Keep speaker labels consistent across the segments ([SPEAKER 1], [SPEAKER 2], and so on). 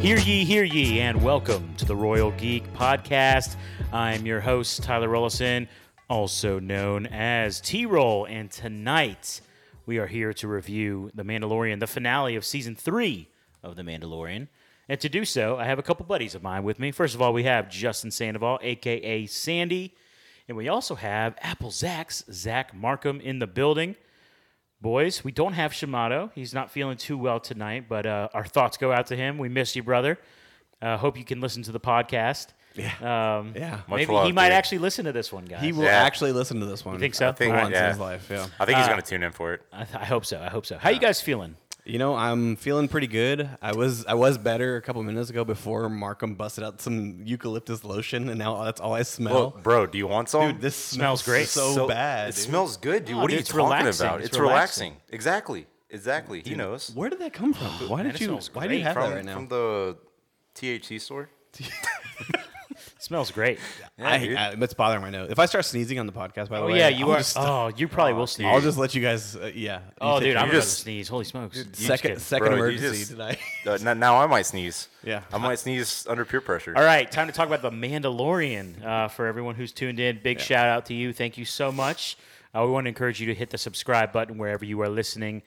[SPEAKER 1] Hear ye, hear ye, and welcome to the Royal Geek Podcast. I'm your host, Tyler Rollison, also known as T Roll, and tonight we are here to review The Mandalorian, the finale of season three of The Mandalorian. And to do so, I have a couple buddies of mine with me. First of all, we have Justin Sandoval, aka Sandy, and we also have Apple Zach's Zach Markham in the building boys. We don't have Shimado. He's not feeling too well tonight, but uh, our thoughts go out to him. We miss you, brother. Uh, hope you can listen to the podcast. Yeah. Um,
[SPEAKER 2] Yeah.
[SPEAKER 3] Much
[SPEAKER 1] maybe
[SPEAKER 3] love,
[SPEAKER 1] he might
[SPEAKER 3] dude.
[SPEAKER 1] actually listen to this one, guys.
[SPEAKER 2] He will
[SPEAKER 3] Yeah.
[SPEAKER 2] actually listen to this one.
[SPEAKER 1] think so? I think-
[SPEAKER 2] once
[SPEAKER 3] yeah.
[SPEAKER 2] in his life. Yeah.
[SPEAKER 3] I think he's going to tune in for it.
[SPEAKER 1] Uh, I, th- I hope so. I hope so. How you guys feeling?
[SPEAKER 2] You know, I'm feeling pretty good. I was I was better a couple minutes ago before Markham busted out some eucalyptus lotion, and now that's all I smell.
[SPEAKER 3] Well, bro, do you want some?
[SPEAKER 2] dude, this
[SPEAKER 1] Smells
[SPEAKER 2] smells,
[SPEAKER 1] great.
[SPEAKER 2] So, bad.
[SPEAKER 3] It
[SPEAKER 2] dude.
[SPEAKER 3] smells good, dude.
[SPEAKER 1] No,
[SPEAKER 3] what
[SPEAKER 1] dude,
[SPEAKER 3] are you
[SPEAKER 1] it's
[SPEAKER 3] talking
[SPEAKER 1] relaxing.
[SPEAKER 3] about?
[SPEAKER 1] It's
[SPEAKER 3] It's,
[SPEAKER 1] relaxing.
[SPEAKER 3] relaxing. Exactly. Exactly. He knows.
[SPEAKER 2] Where did that come from? Why
[SPEAKER 1] it
[SPEAKER 2] did you?
[SPEAKER 1] smells
[SPEAKER 2] Why do you
[SPEAKER 1] great.
[SPEAKER 2] have
[SPEAKER 3] from,
[SPEAKER 2] that right now?
[SPEAKER 3] from the THC store?
[SPEAKER 1] smells great.
[SPEAKER 2] I,
[SPEAKER 3] dude.
[SPEAKER 2] I, it's bothering my nose. If I start sneezing on the podcast, by the
[SPEAKER 1] Oh
[SPEAKER 2] way,
[SPEAKER 1] yeah, you
[SPEAKER 2] I'll
[SPEAKER 1] are.
[SPEAKER 2] Just,
[SPEAKER 1] oh, you probably will sneeze.
[SPEAKER 2] I'll just let you guys. Uh, yeah. You
[SPEAKER 1] oh,
[SPEAKER 2] take
[SPEAKER 1] dude,
[SPEAKER 2] care.
[SPEAKER 1] I'm about
[SPEAKER 3] You
[SPEAKER 1] to
[SPEAKER 3] just-
[SPEAKER 1] sneeze. Holy smokes! You just
[SPEAKER 2] second
[SPEAKER 1] kidding.
[SPEAKER 2] second
[SPEAKER 3] Bro, you
[SPEAKER 2] emergency
[SPEAKER 3] just-
[SPEAKER 2] tonight.
[SPEAKER 3] Uh, n- now I might sneeze.
[SPEAKER 2] Yeah.
[SPEAKER 3] I might sneeze under peer pressure.
[SPEAKER 1] All right, time to talk about the Mandalorian. Uh, for everyone who's tuned in, big shout out to you. Thank you so much. Uh, we want to encourage you to hit the subscribe button wherever you are listening.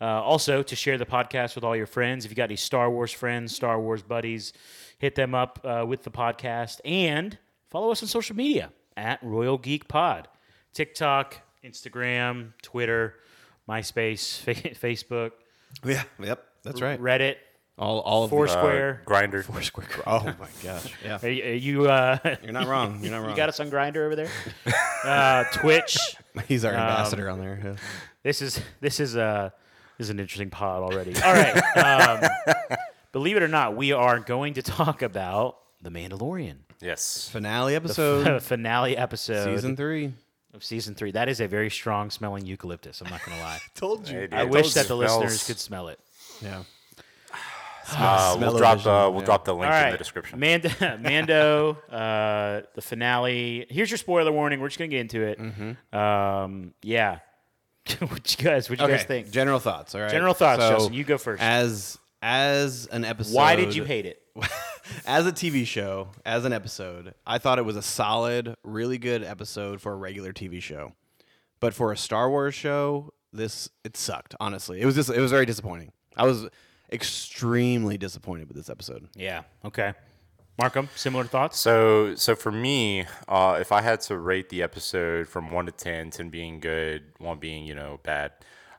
[SPEAKER 1] Uh, also, to share the podcast with all your friends. If you got any Star Wars friends, Star Wars buddies, hit them up uh, with the podcast and follow us on social media at Royal Geek Pod, TikTok, Instagram, Twitter, MySpace, Facebook,
[SPEAKER 2] Yeah. Yep. That's right.
[SPEAKER 1] Reddit,
[SPEAKER 2] All all of the,
[SPEAKER 1] Foursquare.
[SPEAKER 3] Uh, Grinder.
[SPEAKER 2] Foursquare. Oh my gosh. Yeah.
[SPEAKER 1] are you, are you uh,
[SPEAKER 2] You're not wrong. You're not wrong.
[SPEAKER 1] You got us on Grinder over there. uh, Twitch.
[SPEAKER 2] He's
[SPEAKER 1] Um,
[SPEAKER 2] our ambassador on there. yeah.
[SPEAKER 1] This is this is uh this is an interesting pod already. All right. Um, believe it or not, we are going to talk about the Mandalorian
[SPEAKER 3] Yes.
[SPEAKER 2] Finale episode,
[SPEAKER 1] finale episode
[SPEAKER 2] season three.
[SPEAKER 1] of season three. That is a very strong smelling eucalyptus. I'm not gonna lie.
[SPEAKER 2] Told you.
[SPEAKER 3] Hey, dude.
[SPEAKER 1] I
[SPEAKER 3] It
[SPEAKER 1] wish
[SPEAKER 3] does
[SPEAKER 1] that the
[SPEAKER 3] smells-
[SPEAKER 1] listeners could smell it.
[SPEAKER 2] Yeah.
[SPEAKER 3] Uh, we'll drop the
[SPEAKER 2] Smell-o-vision,
[SPEAKER 3] we'll
[SPEAKER 2] yeah.
[SPEAKER 3] drop the link
[SPEAKER 1] All right,
[SPEAKER 3] in the description.
[SPEAKER 1] Mando, Mando uh, the finale. Here's your spoiler warning. We're just gonna get into it.
[SPEAKER 3] Mm-hmm.
[SPEAKER 1] Um, yeah. what you guys? What you guys think?
[SPEAKER 2] General thoughts. All right.
[SPEAKER 1] General thoughts, Justin. You go first.
[SPEAKER 2] As as an episode.
[SPEAKER 1] Why did you hate it?
[SPEAKER 2] as a TV show, as an episode, I thought it was a solid, really good episode for a regular TV show. But for a Star Wars show, this it sucked. Honestly, it was just it was very disappointing. I was extremely disappointed with this episode.
[SPEAKER 1] Yeah. Okay. Markham, similar thoughts?
[SPEAKER 3] So so for me, uh, if I had to rate the episode from one to 10, 10 being good, one being you know bad,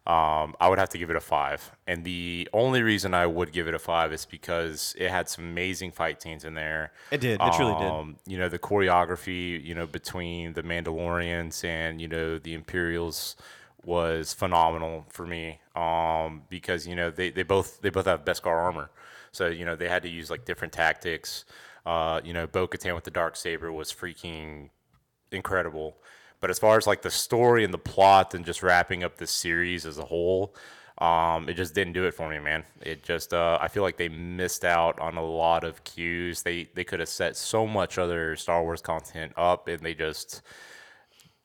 [SPEAKER 3] um, I would have to give it a five. And the only reason I would give it a five is because it had some amazing fight scenes in there.
[SPEAKER 2] It did. It truly did.
[SPEAKER 3] did. Um, You know the choreography, you know between the Mandalorians and you know the Imperials was phenomenal for me um, because you know they, they both they both have Beskar armor, so you know they had to use like different tactics. Uh, you know, Bo Katan with the dark saber was freaking incredible. But as far as like the story and the plot and just wrapping up this series as a whole, um, it just didn't do it for me, man. It just uh, I feel like they missed out on a lot of cues. They they could have set so much other Star Wars content up, and they just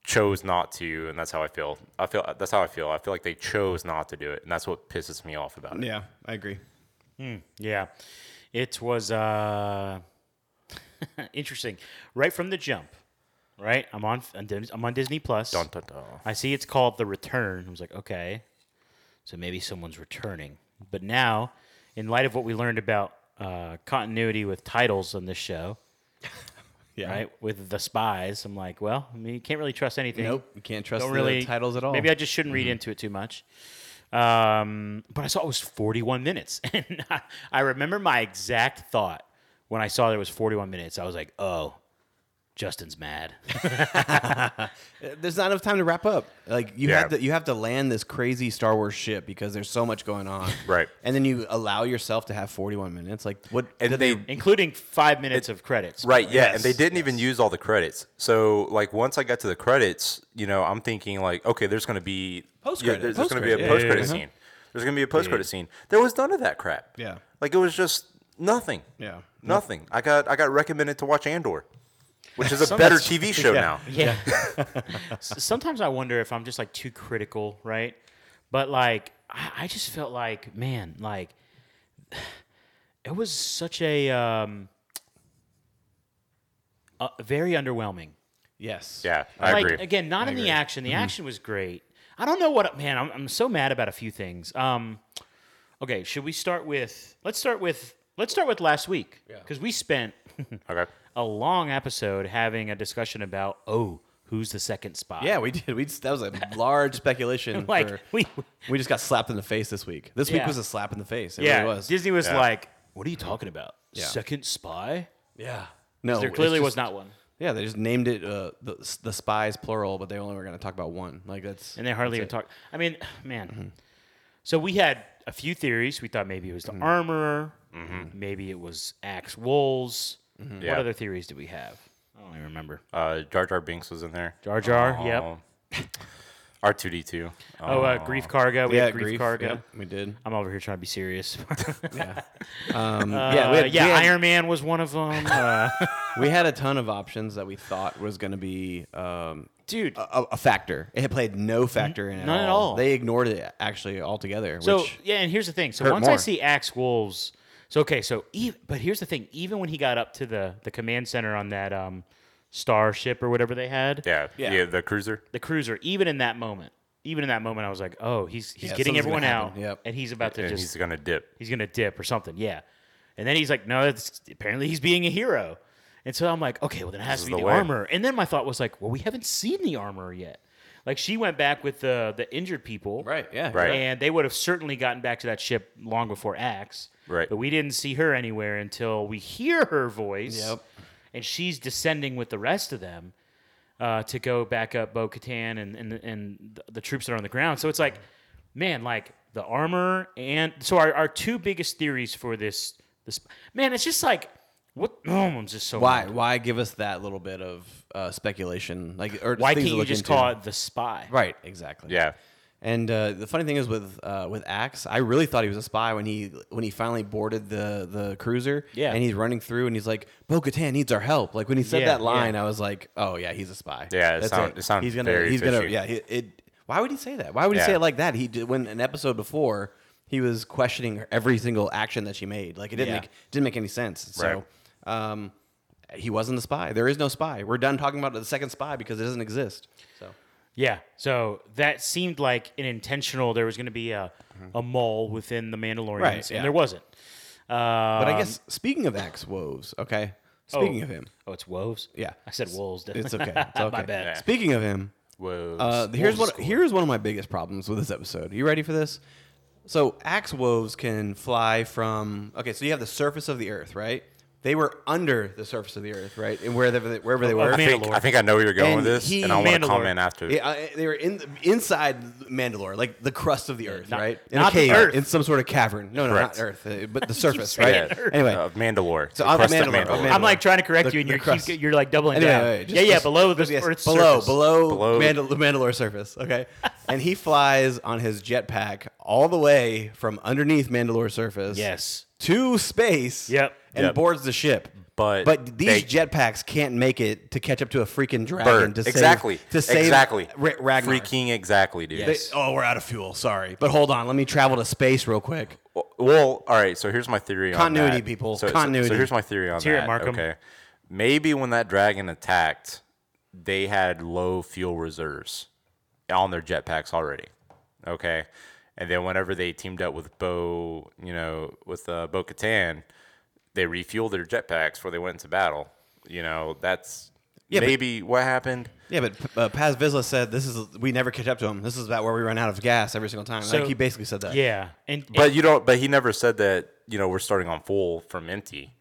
[SPEAKER 3] chose not to. And that's how I feel. I feel that's how I feel. I feel like they chose not to do it, and that's what pisses me off about it.
[SPEAKER 2] Yeah, I agree.
[SPEAKER 1] Yeah. It was uh, interesting. Right from the jump, right? I'm on I'm on Disney Plus.
[SPEAKER 3] Dun, dun, dun.
[SPEAKER 1] I see it's called The Return. I was like, okay. So maybe someone's returning. But now, in light of what we learned about uh, continuity with titles on this show,
[SPEAKER 2] Yeah.
[SPEAKER 1] right? With the spies, I'm like, well, I mean, you can't really trust anything.
[SPEAKER 2] Nope. You can't trust
[SPEAKER 1] don't
[SPEAKER 2] the
[SPEAKER 1] really
[SPEAKER 2] titles at all. Mm-hmm.
[SPEAKER 1] Maybe I just shouldn't read into it too much. Um, but I saw it was 41 minutes, and I, I remember my exact thought when I saw that it was 41 minutes. I was like, "Oh, Justin's mad."
[SPEAKER 2] Uh, there's not enough time to wrap up. Like you
[SPEAKER 3] Yeah.
[SPEAKER 2] have to you have to land this crazy Star Wars ship because there's so much going on.
[SPEAKER 3] Right.
[SPEAKER 2] And then you allow yourself to have 41 minutes. Like what?
[SPEAKER 3] And
[SPEAKER 2] did
[SPEAKER 3] they
[SPEAKER 1] including five minutes of credits.
[SPEAKER 3] Right, yeah,
[SPEAKER 2] Yes,
[SPEAKER 3] and they didn't even use all the credits. So like once I got to the credits, you know, I'm thinking like, okay, there's going to be
[SPEAKER 2] Post-credit,
[SPEAKER 3] there's, there's going to be
[SPEAKER 2] post-credit, yeah.
[SPEAKER 3] a post credit scene. There's going to be a post credit scene. There was none of that crap.
[SPEAKER 2] Yeah.
[SPEAKER 3] like it was just nothing.
[SPEAKER 2] Yeah.
[SPEAKER 3] nothing. I got I got recommended to watch Andor, which is a better TV show now.
[SPEAKER 1] Yeah. S- Sometimes I wonder if I'm just like too critical, right? But like, I, I just felt like, man, like it was such a um, uh, very underwhelming.
[SPEAKER 2] Yes.
[SPEAKER 3] Yeah, I
[SPEAKER 1] like
[SPEAKER 3] agree.
[SPEAKER 1] again, not in the action. The action was great. I don't know what man. I'm, I'm so mad about a few things. Um, okay, should we start with? Let's start with. Let's start with last week because we spent
[SPEAKER 3] okay.
[SPEAKER 1] a long episode having a discussion about oh, who's the second spot?
[SPEAKER 2] Yeah, we did. We that was a large speculation.
[SPEAKER 1] like
[SPEAKER 2] for-
[SPEAKER 1] we.
[SPEAKER 2] we just got slapped in the face this week. This
[SPEAKER 1] Yeah.
[SPEAKER 2] week was a slap in the face. It
[SPEAKER 1] Yeah,
[SPEAKER 2] really was.
[SPEAKER 1] Disney was
[SPEAKER 3] Yeah.
[SPEAKER 1] like, "What are you talking about?
[SPEAKER 2] Yeah.
[SPEAKER 1] Second spy? Oh,
[SPEAKER 2] yeah. No,
[SPEAKER 1] There
[SPEAKER 2] it's
[SPEAKER 1] clearly
[SPEAKER 2] just-
[SPEAKER 1] was not one,
[SPEAKER 2] Yeah, they just named it uh, the the spies plural, but they only were going to talk about one. Like that's
[SPEAKER 1] and they hardly even talked. I mean, man. So we had a few theories. We thought maybe it was the armorer. Maybe it was Axe Wolves. What
[SPEAKER 3] Yeah.
[SPEAKER 1] other theories did we have? I don't even remember.
[SPEAKER 3] Uh, Jar Jar Binks was in there.
[SPEAKER 1] Jar
[SPEAKER 3] Um,
[SPEAKER 1] Jar. yep.
[SPEAKER 3] R two D two. Um,
[SPEAKER 1] Oh, uh, Grief Cargo. We
[SPEAKER 2] yeah,
[SPEAKER 1] had Grief, Cargo.
[SPEAKER 2] Yep, we did.
[SPEAKER 1] I'm over here trying to be serious.
[SPEAKER 2] Um,
[SPEAKER 1] yeah,
[SPEAKER 2] yeah, we had,
[SPEAKER 1] Uh, yeah.
[SPEAKER 2] we, had,
[SPEAKER 1] Iron Man was one of them. Uh,
[SPEAKER 2] we had a ton of options that we thought was going to be um,
[SPEAKER 1] dude,
[SPEAKER 2] a, a- a factor. It had played no factor in it.
[SPEAKER 1] None at all.
[SPEAKER 2] They ignored it actually altogether.
[SPEAKER 1] So
[SPEAKER 2] which,
[SPEAKER 1] yeah, and here's the thing. So
[SPEAKER 2] hurt
[SPEAKER 1] once I
[SPEAKER 2] more.
[SPEAKER 1] see Axe Wolves, so okay, so even, but here's the thing. Even when he got up to the the command center on that um, starship or whatever they had,
[SPEAKER 3] Yeah, yeah,
[SPEAKER 2] Yeah.
[SPEAKER 3] the cruiser.
[SPEAKER 1] the cruiser, even in that moment, even in that moment, I was like, oh, he's he's
[SPEAKER 2] Yeah,
[SPEAKER 1] getting
[SPEAKER 2] something's
[SPEAKER 1] everyone
[SPEAKER 2] gonna
[SPEAKER 1] out,
[SPEAKER 2] happen. Yep.
[SPEAKER 1] and he's about to
[SPEAKER 3] And
[SPEAKER 1] just
[SPEAKER 3] he's gonna dip.
[SPEAKER 1] he's gonna dip or something. Yeah, and then he's like, no, it's, apparently he's being a hero. And so I'm like, okay, well then it has
[SPEAKER 3] is
[SPEAKER 1] to be
[SPEAKER 3] the
[SPEAKER 1] the,
[SPEAKER 3] way.
[SPEAKER 1] armor. And then my thought was like, well, we haven't seen the armor yet. Like she went back with the the injured people,
[SPEAKER 2] right, yeah,
[SPEAKER 3] Right.
[SPEAKER 1] and they would have certainly gotten back to that ship long before Axe.
[SPEAKER 3] Right.
[SPEAKER 1] But we didn't see her anywhere until we hear her voice.
[SPEAKER 2] Yep.
[SPEAKER 1] And she's descending with the rest of them uh, to go back up Bo Katan and, and, and the, the troops that are on the ground. So it's like, man, like the armor and. So our, our two biggest theories for this, this. Man, it's just like, what? Oh, I'm just so.
[SPEAKER 2] Why?
[SPEAKER 1] mad.
[SPEAKER 2] Why give us that little bit of uh, speculation? Like, or
[SPEAKER 1] Why
[SPEAKER 2] things
[SPEAKER 1] can't
[SPEAKER 2] to
[SPEAKER 1] you
[SPEAKER 2] look
[SPEAKER 1] just
[SPEAKER 2] into.
[SPEAKER 1] call it the spy?
[SPEAKER 2] Right, exactly.
[SPEAKER 3] Yeah,
[SPEAKER 2] And uh, the funny thing is with uh, with Axe, I really thought he was a spy when he when he finally boarded the the cruiser.
[SPEAKER 1] Yeah.
[SPEAKER 2] And he's running through, and he's like, "Bo-Katan needs our help." Like when he said
[SPEAKER 1] Yeah,
[SPEAKER 2] that line,
[SPEAKER 1] yeah.
[SPEAKER 2] I was like, "Oh yeah, he's a spy."
[SPEAKER 3] Yeah, it sound- it sound
[SPEAKER 2] he's gonna
[SPEAKER 3] very
[SPEAKER 2] he's gonna
[SPEAKER 3] fishy.
[SPEAKER 2] yeah. It, it why would he say that? Why would he
[SPEAKER 3] Yeah.
[SPEAKER 2] say it like that? He did, when an episode before he was questioning her- every single action that she made. Like it didn't
[SPEAKER 1] Yeah.
[SPEAKER 2] make didn't make any sense. So. Um, he wasn't the spy. There is no spy. We're done talking about the second spy because it doesn't exist. So
[SPEAKER 1] Yeah. So that seemed like an intentional. There was going to be a, a mole within the Mandalorians,
[SPEAKER 2] Mm-hmm. Right, yeah.
[SPEAKER 1] and there wasn't.
[SPEAKER 2] But I guess speaking of axe woves, okay. Speaking of him,
[SPEAKER 1] Um, Oh, it's wolves.
[SPEAKER 2] yeah.
[SPEAKER 1] I said wolves. didn't
[SPEAKER 2] It's
[SPEAKER 1] I?
[SPEAKER 2] okay. It's okay.
[SPEAKER 1] My bad.
[SPEAKER 2] Speaking of him,
[SPEAKER 3] whoa.
[SPEAKER 2] uh, here's what here's one of my biggest problems with this episode. You ready for this? So axe woves can fly from okay. So you have the surface of the earth, right? They were under the surface of the earth, right? And wherever they, wherever
[SPEAKER 1] Oh,
[SPEAKER 2] they were,
[SPEAKER 3] I think,
[SPEAKER 1] Mandalore.
[SPEAKER 3] I think I know where you're going
[SPEAKER 2] And
[SPEAKER 3] with this,
[SPEAKER 2] he-
[SPEAKER 3] and I want to
[SPEAKER 1] Mandalore.
[SPEAKER 3] comment after.
[SPEAKER 2] Yeah, uh, they were in inside Mandalore, like the crust of the earth,
[SPEAKER 1] not-
[SPEAKER 2] right?
[SPEAKER 1] not the Earth.
[SPEAKER 2] in some sort of cavern. No, no,
[SPEAKER 3] Correct.
[SPEAKER 2] not Earth, uh, but the surface,
[SPEAKER 1] saying
[SPEAKER 2] right?
[SPEAKER 1] Earth.
[SPEAKER 2] Anyway,
[SPEAKER 3] of Uh, Mandalore.
[SPEAKER 2] So
[SPEAKER 3] The
[SPEAKER 2] I'm
[SPEAKER 3] crust of
[SPEAKER 2] Mandalore, I'm
[SPEAKER 3] Mandalore.
[SPEAKER 2] Mandalore.
[SPEAKER 1] I'm like trying to correct
[SPEAKER 2] The-
[SPEAKER 1] you, and
[SPEAKER 2] the
[SPEAKER 1] you're
[SPEAKER 2] crust.
[SPEAKER 1] keep, you're like doubling down.
[SPEAKER 2] Anyway, just-
[SPEAKER 1] yeah, yeah,
[SPEAKER 2] just-
[SPEAKER 1] below the
[SPEAKER 2] yes,
[SPEAKER 1] Earth's
[SPEAKER 2] below
[SPEAKER 1] surface.
[SPEAKER 2] below
[SPEAKER 3] Below-
[SPEAKER 2] Mandal- the Mandalore surface. Okay, and he flies on his jetpack all the way from underneath Mandalore surface.
[SPEAKER 1] Yes.
[SPEAKER 2] to space.
[SPEAKER 1] Yep.
[SPEAKER 2] and
[SPEAKER 3] Yep.
[SPEAKER 2] boards the ship.
[SPEAKER 3] But
[SPEAKER 2] but
[SPEAKER 3] they-
[SPEAKER 2] these jetpacks can't make it to catch up to a freaking dragon
[SPEAKER 3] Bird.
[SPEAKER 2] to save
[SPEAKER 3] exactly.
[SPEAKER 2] to save
[SPEAKER 3] exactly.
[SPEAKER 2] Ra- Ragnar.
[SPEAKER 3] Freaking exactly, dude.
[SPEAKER 2] They- oh, we're out of fuel. Sorry, but hold on. Let me travel to space real quick.
[SPEAKER 3] Well, well, all right. So here's my theory on
[SPEAKER 2] Continuity,
[SPEAKER 3] that.
[SPEAKER 2] people.
[SPEAKER 3] So, so- So,
[SPEAKER 2] Continuity.
[SPEAKER 3] here's my theory on
[SPEAKER 1] hear it,
[SPEAKER 3] that.
[SPEAKER 1] Markham.
[SPEAKER 3] Okay. Maybe when that dragon attacked, they had low fuel reserves on their jetpacks already. Okay. And then whenever they teamed up with Bo, you know, with uh, Bo Katan, they refueled their jetpacks before they went into battle. You know, that's
[SPEAKER 2] but-
[SPEAKER 3] maybe what happened.
[SPEAKER 2] Yeah, but uh, Paz Vizsla said this is we never catch up to him. This is about where we run out of gas every single time.
[SPEAKER 1] So-
[SPEAKER 2] like he basically said that.
[SPEAKER 1] Yeah. And, and
[SPEAKER 3] But you don't. But he never said that. You know, we're starting on full from empty.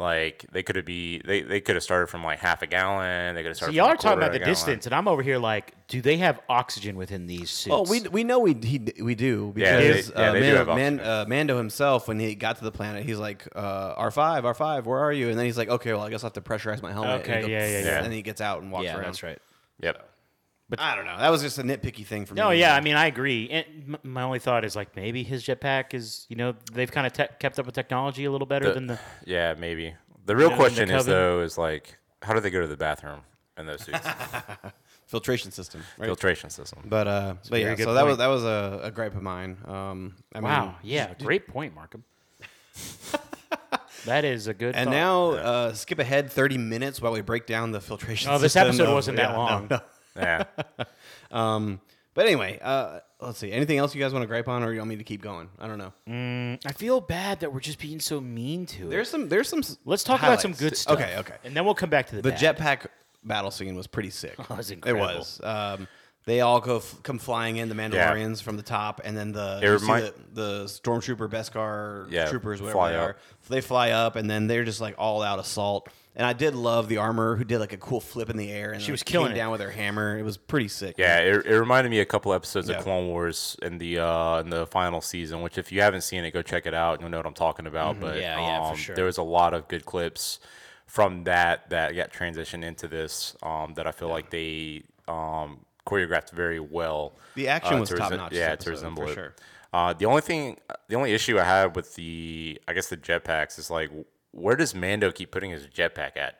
[SPEAKER 3] Like they could have be they, they could have started from like half a gallon. They could have started.
[SPEAKER 1] y'all
[SPEAKER 3] from a
[SPEAKER 1] are talking
[SPEAKER 3] quarter
[SPEAKER 1] about
[SPEAKER 3] of
[SPEAKER 1] the
[SPEAKER 3] a gallon.
[SPEAKER 1] distance, and I'm over here like, do they have oxygen within these suits?
[SPEAKER 2] Well, Oh, we we know we he, we do
[SPEAKER 3] Yeah, they-
[SPEAKER 2] because
[SPEAKER 3] yeah,
[SPEAKER 2] uh,
[SPEAKER 3] they do
[SPEAKER 2] Mando,
[SPEAKER 3] have
[SPEAKER 2] Man,
[SPEAKER 3] oxygen.
[SPEAKER 2] uh, Mando himself, when he got to the planet, he's like uh, R five, R five, where are you? And then he's like, okay, well, I guess I will have to pressurize my helmet.
[SPEAKER 1] Okay,
[SPEAKER 2] and he
[SPEAKER 1] yeah, yeah, yeah.
[SPEAKER 2] And then he gets out and walks
[SPEAKER 1] yeah,
[SPEAKER 2] around.
[SPEAKER 1] that's right.
[SPEAKER 3] Yep.
[SPEAKER 2] But I don't know. That was just a nitpicky thing for me.
[SPEAKER 1] No, Oh, yeah, I mean, I agree. And m- my only thought is like maybe his jetpack is, you know, they've kind of te- kept up with technology a little better than the.
[SPEAKER 3] Yeah, maybe. The real
[SPEAKER 1] the
[SPEAKER 3] question is
[SPEAKER 1] coven.
[SPEAKER 3] though is like, how do they go to the bathroom in those suits?
[SPEAKER 2] filtration system. Right?
[SPEAKER 3] Filtration system.
[SPEAKER 2] but uh, but
[SPEAKER 1] very
[SPEAKER 2] yeah,
[SPEAKER 1] good
[SPEAKER 2] so that
[SPEAKER 1] point.
[SPEAKER 2] was that was a, a gripe of mine. Um, I
[SPEAKER 1] Wow.
[SPEAKER 2] mean,
[SPEAKER 1] Yeah. Great point, Markham. That is a good.
[SPEAKER 2] And
[SPEAKER 1] thought.
[SPEAKER 2] now, uh, skip ahead 30 minutes while we break down the filtration.
[SPEAKER 1] Oh, this
[SPEAKER 2] system
[SPEAKER 1] episode
[SPEAKER 2] of-
[SPEAKER 1] wasn't that
[SPEAKER 2] yeah, no,
[SPEAKER 1] long.
[SPEAKER 2] no.
[SPEAKER 3] Yeah.
[SPEAKER 2] Um, but anyway, uh, let's see. Anything else you guys want to gripe on, or you want me to keep going? I don't know.
[SPEAKER 1] I feel bad that we're just being so mean to it.
[SPEAKER 2] There's some. There's some. s-
[SPEAKER 1] Let's talk
[SPEAKER 2] highlights.
[SPEAKER 1] about some good stuff.
[SPEAKER 2] Okay. Okay.
[SPEAKER 1] And then we'll come back to the,
[SPEAKER 2] The
[SPEAKER 1] bad.
[SPEAKER 2] jetpack battle scene was pretty sick.
[SPEAKER 1] That was
[SPEAKER 2] It
[SPEAKER 1] incredible.
[SPEAKER 2] was. Um, they all go f- come flying in the Mandalorians from the top, and then the
[SPEAKER 3] It
[SPEAKER 2] you see
[SPEAKER 3] remind-
[SPEAKER 2] the, the stormtrooper Beskar
[SPEAKER 3] Yeah,
[SPEAKER 2] troopers, whatever
[SPEAKER 3] fly
[SPEAKER 2] they
[SPEAKER 3] up.
[SPEAKER 2] are. So they fly up, and then they're just like all out assault. And I did love the armor who did like a cool flip in the air, and
[SPEAKER 1] She
[SPEAKER 2] like,
[SPEAKER 1] was killing
[SPEAKER 2] came
[SPEAKER 1] it.
[SPEAKER 2] down with her hammer. It was pretty sick.
[SPEAKER 3] Yeah, it, it reminded me a couple episodes
[SPEAKER 2] Yeah.
[SPEAKER 3] of Clone Wars in the uh, in the final season, which if you haven't seen it, go check it out. You'll know what I'm talking about.
[SPEAKER 2] Mm-hmm.
[SPEAKER 3] But
[SPEAKER 1] Yeah, yeah, for
[SPEAKER 3] um,
[SPEAKER 1] sure.
[SPEAKER 3] there was a lot of good clips from that that got transitioned into this um, that I feel like they um, choreographed very well. uh,
[SPEAKER 2] The action was
[SPEAKER 3] to
[SPEAKER 2] top notch this
[SPEAKER 3] Yeah,
[SPEAKER 2] episode,
[SPEAKER 3] to resemble
[SPEAKER 2] for
[SPEAKER 3] it.
[SPEAKER 2] sure.
[SPEAKER 3] Uh, the only thing, the only issue I had with the, I guess the jetpacks is like, where does Mando keep putting his jetpack at?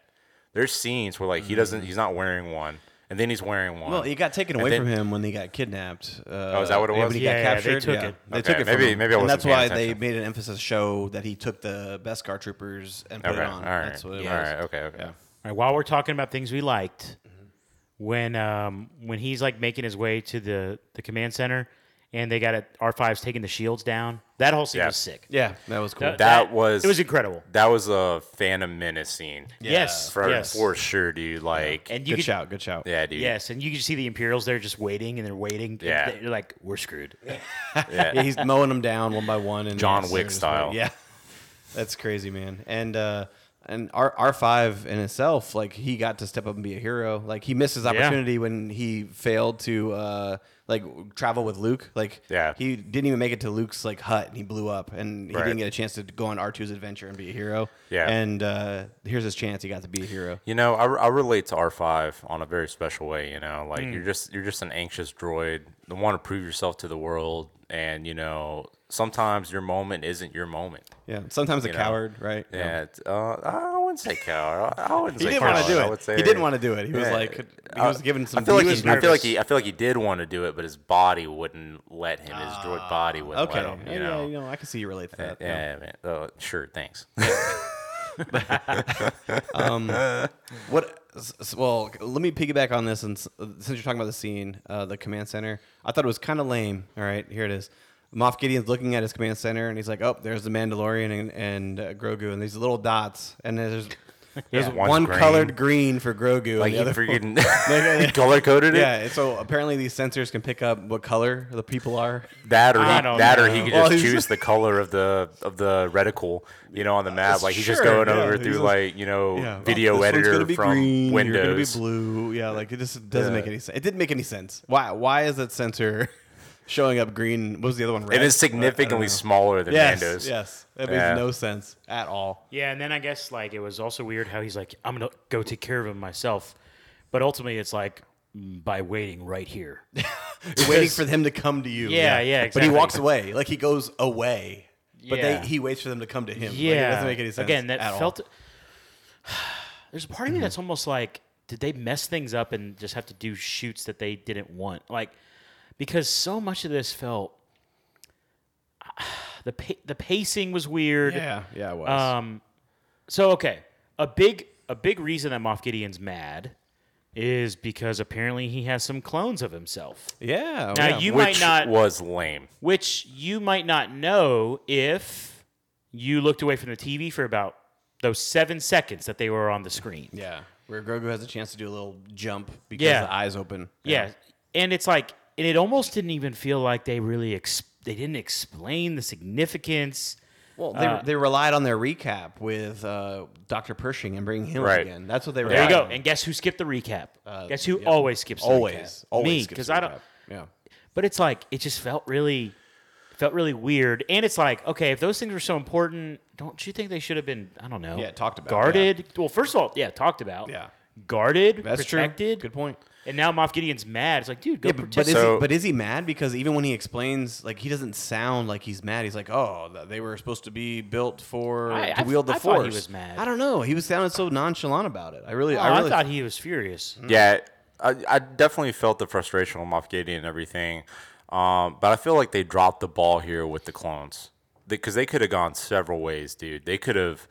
[SPEAKER 3] There's scenes where like he doesn't, he's not wearing one, and then he's wearing one.
[SPEAKER 2] Mm. Well, it got taken away
[SPEAKER 3] then-
[SPEAKER 2] from him when he got kidnapped. Uh, oh,
[SPEAKER 3] is that what it was?
[SPEAKER 2] When he
[SPEAKER 1] Yeah, yeah,
[SPEAKER 2] got
[SPEAKER 1] they
[SPEAKER 2] captured,
[SPEAKER 1] took
[SPEAKER 2] yeah.
[SPEAKER 1] it.
[SPEAKER 2] They
[SPEAKER 3] Okay,
[SPEAKER 2] took it. from
[SPEAKER 3] maybe-
[SPEAKER 2] him.
[SPEAKER 3] maybe I
[SPEAKER 2] and
[SPEAKER 3] wasn't
[SPEAKER 2] that's why
[SPEAKER 3] paying
[SPEAKER 2] they
[SPEAKER 3] attention.
[SPEAKER 2] made an emphasis show that he took the Beskar troopers and put
[SPEAKER 3] Okay,
[SPEAKER 2] it on.
[SPEAKER 3] all right,
[SPEAKER 2] That's what it
[SPEAKER 3] all
[SPEAKER 2] was.
[SPEAKER 3] right, okay, okay.
[SPEAKER 1] All right, while we're talking about things we liked, when um, when he's like making his way to the, the command center and they got it, R5's taking the shields down, that whole scene
[SPEAKER 3] Yeah.
[SPEAKER 1] was sick.
[SPEAKER 2] Yeah, that was cool.
[SPEAKER 1] That,
[SPEAKER 3] was-
[SPEAKER 1] It was incredible.
[SPEAKER 3] That was a Phantom Menace scene.
[SPEAKER 1] Yes.
[SPEAKER 3] For,
[SPEAKER 1] yes.
[SPEAKER 3] for sure, dude. Like,
[SPEAKER 1] and you
[SPEAKER 2] good
[SPEAKER 1] could,
[SPEAKER 2] shout. Good shout.
[SPEAKER 3] yeah, dude.
[SPEAKER 1] Yes, and you could see the Imperials there just waiting and they're waiting. and
[SPEAKER 3] Yeah.
[SPEAKER 1] They're like, we're screwed.
[SPEAKER 2] Yeah, he's mowing them down one by one, and
[SPEAKER 3] John
[SPEAKER 2] they're
[SPEAKER 3] Wick
[SPEAKER 2] just
[SPEAKER 3] style.
[SPEAKER 2] like- Yeah, that's crazy, man. And uh, and R R five in itself, like he got to step up and be a hero. Like he missed his opportunity when he failed to uh, like travel with Luke. Like
[SPEAKER 3] Yeah.
[SPEAKER 2] he didn't even make it to Luke's like hut, and he blew up, and he
[SPEAKER 3] Right.
[SPEAKER 2] didn't get a chance to go on R 2s adventure and be a hero.
[SPEAKER 3] Yeah.
[SPEAKER 2] and uh, here's his chance. He got to be a hero.
[SPEAKER 3] You know, I, I relate to R5 on a very special way. You know, like
[SPEAKER 2] Mm.
[SPEAKER 3] you're just you're just an anxious droid. You want to prove yourself to the world, and you know, sometimes your moment isn't your moment.
[SPEAKER 2] Yeah, sometimes a coward, right?
[SPEAKER 3] Yeah, it's, uh, I wouldn't say coward. I I wouldn't
[SPEAKER 2] He
[SPEAKER 3] say
[SPEAKER 2] didn't want
[SPEAKER 3] coward.
[SPEAKER 2] to do
[SPEAKER 3] I would
[SPEAKER 2] it.
[SPEAKER 3] say
[SPEAKER 2] He didn't want to do it. He was
[SPEAKER 3] Yeah.
[SPEAKER 2] like, he was given some.
[SPEAKER 3] I feel like
[SPEAKER 2] he
[SPEAKER 3] he,
[SPEAKER 2] was
[SPEAKER 3] I feel like
[SPEAKER 2] nervous.
[SPEAKER 3] he, I feel like he did want to do it, but his body wouldn't let him. His droid body wouldn't
[SPEAKER 2] Okay,
[SPEAKER 3] let him.
[SPEAKER 2] yeah,
[SPEAKER 3] You know,
[SPEAKER 2] yeah, you know, Eh, I can see you relate to that. yeah.
[SPEAKER 3] Yeah, man. Oh, sure. Thanks.
[SPEAKER 2] What? s- s- Well, let me piggyback on this, and s- since you're talking about the scene, uh, the command center, I thought it was kind of lame. All right, here it is. Moff Gideon's looking at his command center, and he's like, "Oh, there's the Mandalorian and, and uh, Grogu, and these little dots, and there's there's
[SPEAKER 3] one's
[SPEAKER 2] one
[SPEAKER 3] green.
[SPEAKER 2] colored green for Grogu,
[SPEAKER 3] Like
[SPEAKER 2] and
[SPEAKER 3] he
[SPEAKER 2] the other
[SPEAKER 3] freaking color coded it.
[SPEAKER 2] yeah." and So apparently, these sensors can pick up what color the people are.
[SPEAKER 3] That or
[SPEAKER 1] I
[SPEAKER 3] he,
[SPEAKER 1] don't
[SPEAKER 3] that or he
[SPEAKER 1] know.
[SPEAKER 3] could
[SPEAKER 2] Well,
[SPEAKER 3] just
[SPEAKER 2] he's-
[SPEAKER 3] choose the color of the of the reticle, you know, on the map. Like he's just
[SPEAKER 2] Uh, sure,
[SPEAKER 3] going
[SPEAKER 2] yeah,
[SPEAKER 3] over
[SPEAKER 2] he's
[SPEAKER 3] through
[SPEAKER 2] just-
[SPEAKER 3] like you know video
[SPEAKER 2] this one's
[SPEAKER 3] editor
[SPEAKER 2] gonna be
[SPEAKER 3] from
[SPEAKER 2] green, You're gonna be
[SPEAKER 3] Windows.
[SPEAKER 2] blue. Yeah, like it just doesn't make any sense. It didn't make any sense. Why? Why is that sensor showing up green? What was the other one? Red?
[SPEAKER 3] It is
[SPEAKER 2] I- I don't
[SPEAKER 3] significantly
[SPEAKER 2] know.
[SPEAKER 3] smaller than
[SPEAKER 2] Yes,
[SPEAKER 3] Mando's.
[SPEAKER 2] yes. That makes
[SPEAKER 3] Yeah.
[SPEAKER 2] no sense at all.
[SPEAKER 1] Yeah, and then I guess like it was also weird how he's like, I'm gonna go take care of him myself, but ultimately it's like mm, by waiting right here.
[SPEAKER 2] You're waiting for them to come to you.
[SPEAKER 1] Yeah, yeah,
[SPEAKER 2] But
[SPEAKER 1] exactly.
[SPEAKER 2] he walks away. Like he goes away. But
[SPEAKER 1] Yeah.
[SPEAKER 2] they, he waits for them to come to him. Like,
[SPEAKER 1] yeah,
[SPEAKER 2] it doesn't make any sense.
[SPEAKER 1] Again, that
[SPEAKER 2] at all. Mm-hmm.
[SPEAKER 1] felt. There's a part of me that's almost like, did they mess things up and just have to do shoots that they didn't want? Like, because so much of this felt the pa- the pacing was weird.
[SPEAKER 2] Yeah, yeah, it was.
[SPEAKER 1] Um, so okay, a big a big reason that Moff Gideon's mad is because apparently he has some clones of himself.
[SPEAKER 2] yeah.
[SPEAKER 1] Now
[SPEAKER 2] yeah.
[SPEAKER 1] you might
[SPEAKER 3] Which
[SPEAKER 1] not,
[SPEAKER 3] was lame.
[SPEAKER 1] which you might not know if you looked away from the TV for about those seven seconds that they were on the screen.
[SPEAKER 2] yeah. Where Grogu has a chance to do a little jump because
[SPEAKER 1] Yeah.
[SPEAKER 2] the eyes open.
[SPEAKER 1] Yeah, and it's like, and it almost didn't even feel like they really ex- they didn't explain the significance.
[SPEAKER 2] Well, they,
[SPEAKER 1] Uh,
[SPEAKER 2] they relied on their recap with uh, Dr. Pershing and bringing him
[SPEAKER 3] Right.
[SPEAKER 2] again. That's what they were.
[SPEAKER 1] There you go. And guess who skipped the recap? guess who always skips the
[SPEAKER 2] Uh, Always,
[SPEAKER 1] recap?
[SPEAKER 2] always.
[SPEAKER 1] me
[SPEAKER 2] skips
[SPEAKER 1] because
[SPEAKER 2] the
[SPEAKER 1] I don't.
[SPEAKER 2] recap. Yeah.
[SPEAKER 1] But it's like it just felt really felt really weird. And it's like, okay, if those things were so important, don't you think they should have been, I don't know.
[SPEAKER 2] Yeah, talked about,
[SPEAKER 1] Guarded. Well, first of all, yeah, talked about.
[SPEAKER 2] Yeah.
[SPEAKER 1] Guarded,
[SPEAKER 2] That's
[SPEAKER 1] protected.
[SPEAKER 2] true. Good point.
[SPEAKER 1] And now Moff Gideon's mad. It's like, dude, go
[SPEAKER 2] Yeah, but,
[SPEAKER 1] protect
[SPEAKER 2] but is
[SPEAKER 3] So-
[SPEAKER 2] he, but is he mad? Because even when he explains, like he doesn't sound like he's mad. He's like, "Oh, th- they were supposed to be built for
[SPEAKER 1] I-
[SPEAKER 2] to
[SPEAKER 1] I-
[SPEAKER 2] wield the
[SPEAKER 1] I
[SPEAKER 2] force."
[SPEAKER 1] thought he was mad.
[SPEAKER 2] I don't know. He was sounding so nonchalant about it. I really,
[SPEAKER 1] Oh,
[SPEAKER 2] I
[SPEAKER 1] I,
[SPEAKER 2] really
[SPEAKER 1] thought he was furious.
[SPEAKER 3] Mm-hmm. Yeah, I, I definitely felt the frustration with Moff Gideon and everything, um, but I feel like they dropped the ball here with the clones. because they could have gone several ways, dude. They could have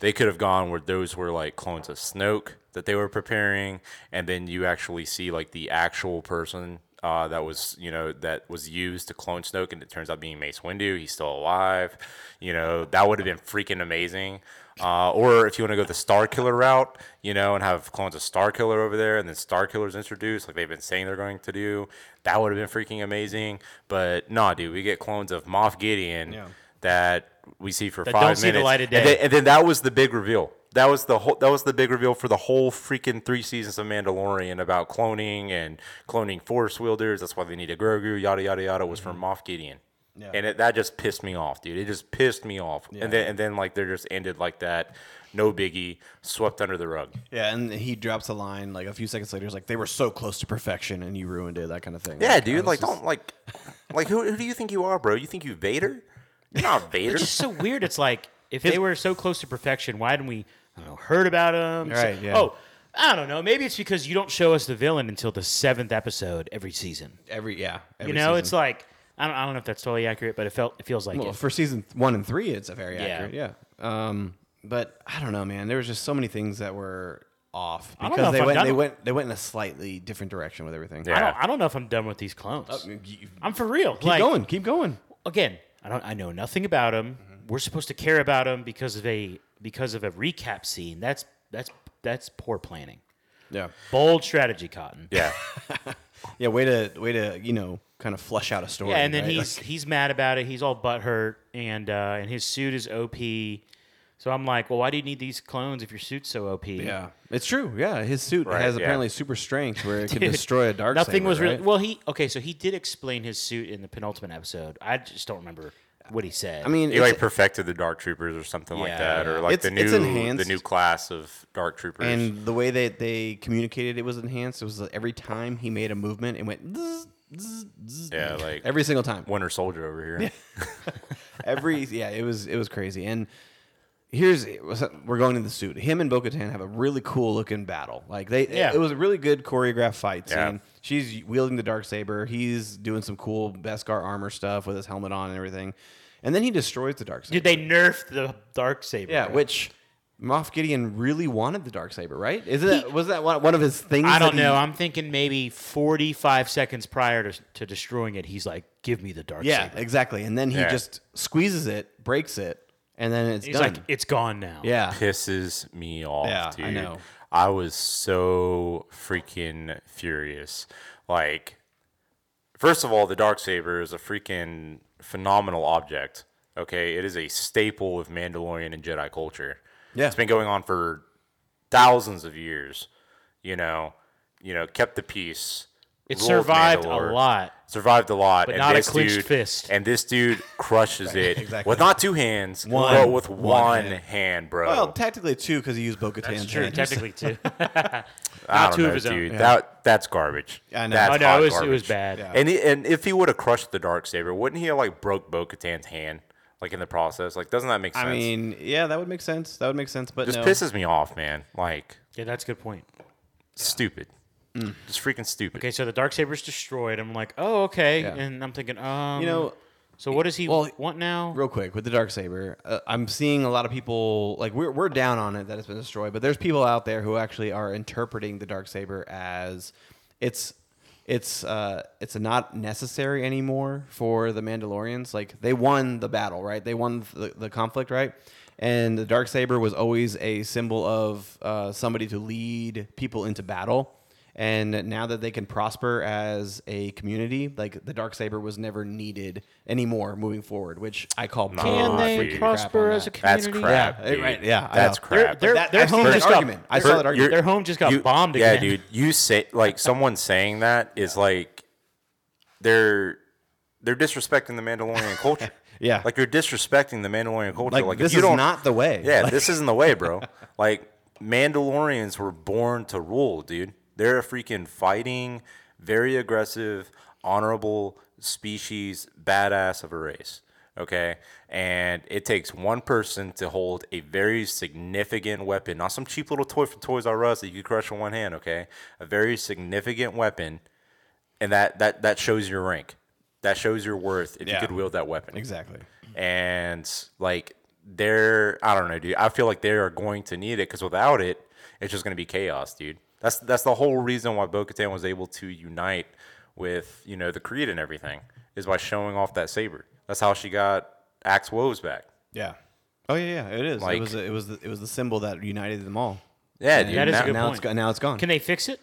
[SPEAKER 3] they could have gone where those were like clones of Snoke that they were preparing, and then you actually see like the actual person uh, that was you know that was used to clone Snoke, and it turns out being Mace Windu. He's still alive. You know that would have been freaking amazing. Uh, or if you want to go the Star Killer route, you know, and have clones of Star Killer over there, and then Star Killer's introduced, like they've been saying they're going to do, that would have been freaking amazing. But nah, dude, we get clones of Moff Gideon that we see for
[SPEAKER 1] That
[SPEAKER 3] five
[SPEAKER 1] don't
[SPEAKER 3] minutes,
[SPEAKER 1] see the light of day.
[SPEAKER 3] And, then, and then that was the big reveal. That was the whole. That was the big reveal for the whole freaking three seasons of Mandalorian about cloning and cloning Force wielders. That's why they need a Grogu. Yada yada yada was from Moff Gideon.
[SPEAKER 2] Yeah.
[SPEAKER 3] And it, that just pissed me off, dude. It just pissed me off. And then and then like they just ended like that. No biggie, swept under the rug.
[SPEAKER 2] Yeah, and he drops a line like a few seconds later. He's like, "They were so close to perfection, and you ruined it." That kind of thing.
[SPEAKER 3] Yeah,
[SPEAKER 2] I
[SPEAKER 3] dude.
[SPEAKER 2] was
[SPEAKER 3] Like
[SPEAKER 2] just-
[SPEAKER 3] don't like, like who, who do you think you are, bro? You think you Vader? You're not Vader.
[SPEAKER 1] It's just so weird. It's like if they were so close to perfection, why didn't we I don't know, heard about them?
[SPEAKER 2] Right, yeah.
[SPEAKER 1] Oh, I don't know. Maybe it's because you don't show us the villain until the seventh episode every season.
[SPEAKER 2] every yeah. Every
[SPEAKER 1] you know,
[SPEAKER 2] season.
[SPEAKER 1] it's like I don't, I don't know if that's totally accurate, but it felt it feels like
[SPEAKER 2] well,
[SPEAKER 1] it.
[SPEAKER 2] for season th- one and three, it's a very accurate. Yeah. Um, but I don't know, man. There was just so many things that were off
[SPEAKER 1] don't know
[SPEAKER 2] because
[SPEAKER 1] if
[SPEAKER 2] they
[SPEAKER 1] I'm
[SPEAKER 2] went
[SPEAKER 1] done
[SPEAKER 2] they
[SPEAKER 1] with-
[SPEAKER 2] went they went in a slightly different direction with everything.
[SPEAKER 1] I
[SPEAKER 3] Yeah.
[SPEAKER 1] don't I don't know if I'm done with these clones.
[SPEAKER 2] Keep
[SPEAKER 1] I'm for real. like
[SPEAKER 2] going, Oh, keep going.
[SPEAKER 1] again, I don't I know nothing about them.
[SPEAKER 2] Mm-hmm.
[SPEAKER 1] We're supposed to care about them because of a because of a recap scene. That's that's that's poor planning.
[SPEAKER 2] Yeah.
[SPEAKER 1] Bold strategy, Cotton.
[SPEAKER 3] yeah.
[SPEAKER 2] Yeah, way to way to, you know, kind of flesh out a story.
[SPEAKER 1] Yeah, and then
[SPEAKER 2] right?
[SPEAKER 1] he's
[SPEAKER 2] Like,
[SPEAKER 1] he's mad about it. He's all butthurt, and uh, and his suit is OP. So I'm like, well, why do you need these clones if your suit's so OP?
[SPEAKER 2] Yeah. It's true. Yeah. His suit
[SPEAKER 3] Right,
[SPEAKER 2] has
[SPEAKER 3] yeah.
[SPEAKER 2] apparently super strength where it can destroy a dark
[SPEAKER 1] Nothing was really
[SPEAKER 2] right?
[SPEAKER 1] well. He okay, so he did explain his suit in the penultimate episode. I just don't remember what he said.
[SPEAKER 2] I mean,
[SPEAKER 3] He
[SPEAKER 2] it's-
[SPEAKER 3] like perfected the dark troopers or something like
[SPEAKER 1] Yeah,
[SPEAKER 3] that,
[SPEAKER 1] yeah.
[SPEAKER 3] or like
[SPEAKER 2] It's-
[SPEAKER 3] the new
[SPEAKER 2] it's
[SPEAKER 3] the
[SPEAKER 2] enhanced.
[SPEAKER 3] new class of dark troopers.
[SPEAKER 2] And the way that they communicated it was enhanced. It was that every time he made a movement, it went zzz, zzz, zzz.
[SPEAKER 3] yeah, like
[SPEAKER 2] every single time.
[SPEAKER 3] Winter Soldier over here.
[SPEAKER 2] Every yeah, it was it was crazy. And here's we're going to the suit. Him and Bo-Katan have a really cool looking battle. Like they,
[SPEAKER 1] Yeah.
[SPEAKER 2] it, was a really good choreographed fight scene.
[SPEAKER 3] Yeah.
[SPEAKER 2] She's wielding the dark saber. He's doing some cool Beskar armor stuff with his helmet on and everything. And then he destroys the dark saber.
[SPEAKER 1] did they nerf the dark saber?
[SPEAKER 2] Yeah, which Moff Gideon really wanted the dark saber, right? Is it was that one, one of his things?
[SPEAKER 1] I
[SPEAKER 2] that
[SPEAKER 1] don't
[SPEAKER 2] he-
[SPEAKER 1] know. I'm thinking maybe 45 seconds prior to, to destroying it, he's like, "Give me the dark
[SPEAKER 2] Yeah,
[SPEAKER 1] saber."
[SPEAKER 2] exactly. And then he
[SPEAKER 3] Yeah.
[SPEAKER 2] just squeezes it, breaks it, and then it's
[SPEAKER 1] He's
[SPEAKER 2] done.
[SPEAKER 1] like, "It's gone now."
[SPEAKER 2] yeah,
[SPEAKER 3] Pisses me off,
[SPEAKER 2] Yeah, I
[SPEAKER 3] dude.
[SPEAKER 2] know.
[SPEAKER 3] I was so freaking furious. Like, first of all, the dark saber is a freaking phenomenal object. Okay, it is a staple of Mandalorian and Jedi culture.
[SPEAKER 2] Yeah.
[SPEAKER 3] it's been going on for thousands of years. You know, you know, kept the peace.
[SPEAKER 1] it
[SPEAKER 3] ruled
[SPEAKER 1] survived a
[SPEAKER 3] Mandalore.
[SPEAKER 1] lot.
[SPEAKER 3] survived a lot. and
[SPEAKER 1] not a
[SPEAKER 3] this
[SPEAKER 1] clenched
[SPEAKER 3] dude,
[SPEAKER 1] fist.
[SPEAKER 3] And this dude crushes it
[SPEAKER 2] exactly.
[SPEAKER 3] with not two hands,
[SPEAKER 2] One.
[SPEAKER 3] but with
[SPEAKER 2] One
[SPEAKER 3] one,
[SPEAKER 2] hand.
[SPEAKER 3] hand. bro.
[SPEAKER 2] Well, technically two because he used Bo-Katan's
[SPEAKER 1] It's true,
[SPEAKER 2] hand.
[SPEAKER 1] technically too.
[SPEAKER 3] I
[SPEAKER 1] not
[SPEAKER 3] don't
[SPEAKER 1] two of
[SPEAKER 3] know,
[SPEAKER 1] his own.
[SPEAKER 3] dude. That that's garbage.
[SPEAKER 2] I know.
[SPEAKER 3] That's
[SPEAKER 1] oh no,
[SPEAKER 3] hot
[SPEAKER 1] it was it
[SPEAKER 3] garbage.
[SPEAKER 1] was bad.
[SPEAKER 2] Yeah.
[SPEAKER 3] And he, and if he would have crushed the dark saber, wouldn't he have like broke Bo-Katan's hand like in the process? Like, doesn't that make sense?
[SPEAKER 2] I mean, yeah, that would make sense. That would make sense, but
[SPEAKER 3] just
[SPEAKER 2] no.
[SPEAKER 3] pisses me off, man. Like,
[SPEAKER 1] Yeah, that's a good point.
[SPEAKER 3] stupid.
[SPEAKER 2] Mm.
[SPEAKER 3] Just freaking stupid.
[SPEAKER 1] Okay, so the dark saber's destroyed. I'm like, oh, okay,
[SPEAKER 2] Yeah.
[SPEAKER 1] and I'm thinking, um,
[SPEAKER 2] you know,
[SPEAKER 1] so what does he
[SPEAKER 2] well,
[SPEAKER 1] want now?
[SPEAKER 2] real quick with the dark saber, uh, I'm seeing a lot of people like we're we're down on it that it's been destroyed, but there's people out there who actually are interpreting the dark saber as it's it's uh it's not necessary anymore for the Mandalorians. Like they won the battle, right? They won the, the conflict, right? And the dark saber was always a symbol of uh, somebody to lead people into battle. And now that they can prosper as a community, like the dark saber was never needed anymore moving forward, which I call
[SPEAKER 1] Can
[SPEAKER 3] Oh,
[SPEAKER 1] they
[SPEAKER 3] dude.
[SPEAKER 2] freaking
[SPEAKER 1] prosper
[SPEAKER 2] crap on
[SPEAKER 1] as a
[SPEAKER 2] that.
[SPEAKER 1] community?
[SPEAKER 3] That's crap.
[SPEAKER 2] Yeah,
[SPEAKER 3] dude.
[SPEAKER 2] right, yeah, I
[SPEAKER 3] that's
[SPEAKER 2] know.
[SPEAKER 1] They're-
[SPEAKER 3] crap.
[SPEAKER 1] they're-
[SPEAKER 2] That-
[SPEAKER 1] their
[SPEAKER 2] I've seen
[SPEAKER 1] home
[SPEAKER 2] that
[SPEAKER 1] just got-
[SPEAKER 2] argument. I saw
[SPEAKER 1] their-
[SPEAKER 2] that
[SPEAKER 1] Your,
[SPEAKER 2] argument.
[SPEAKER 1] their home just got
[SPEAKER 3] you-
[SPEAKER 1] bombed again.
[SPEAKER 3] Yeah, dude. You say like someone saying that is like they're they're disrespecting the Mandalorian culture.
[SPEAKER 2] Yeah.
[SPEAKER 3] like you're disrespecting the Mandalorian culture.
[SPEAKER 2] Like,
[SPEAKER 3] Like, if
[SPEAKER 2] this
[SPEAKER 3] you
[SPEAKER 2] is
[SPEAKER 3] don't,
[SPEAKER 2] not the way.
[SPEAKER 3] Yeah, this isn't the way, bro. Like Mandalorians were born to rule, dude. They're a freaking fighting, very aggressive, honorable species, badass of a race. Okay, and it takes one person to hold a very significant weapon, not some cheap little toy from Toys R Us that you could crush in one hand. Okay, a very significant weapon, and that that that shows your rank, that shows your worth if
[SPEAKER 2] Yeah.
[SPEAKER 3] you could wield that weapon.
[SPEAKER 2] Exactly.
[SPEAKER 3] and like they're I don't know, dude. I feel like they are going to need it because without it, it's just going to be chaos, dude. That's that's the whole reason why Bo-Katan was able to unite with you know the Creed and everything is by showing off that saber. That's how she got Axe Woes back.
[SPEAKER 2] Yeah. Oh yeah, yeah, it is.
[SPEAKER 3] Like-
[SPEAKER 2] it was it was the, it was the symbol that united them all.
[SPEAKER 3] Yeah, dude.
[SPEAKER 1] That is a
[SPEAKER 3] now-
[SPEAKER 1] good
[SPEAKER 2] now
[SPEAKER 1] point.
[SPEAKER 2] it's go- now it's gone.
[SPEAKER 1] Can they fix it?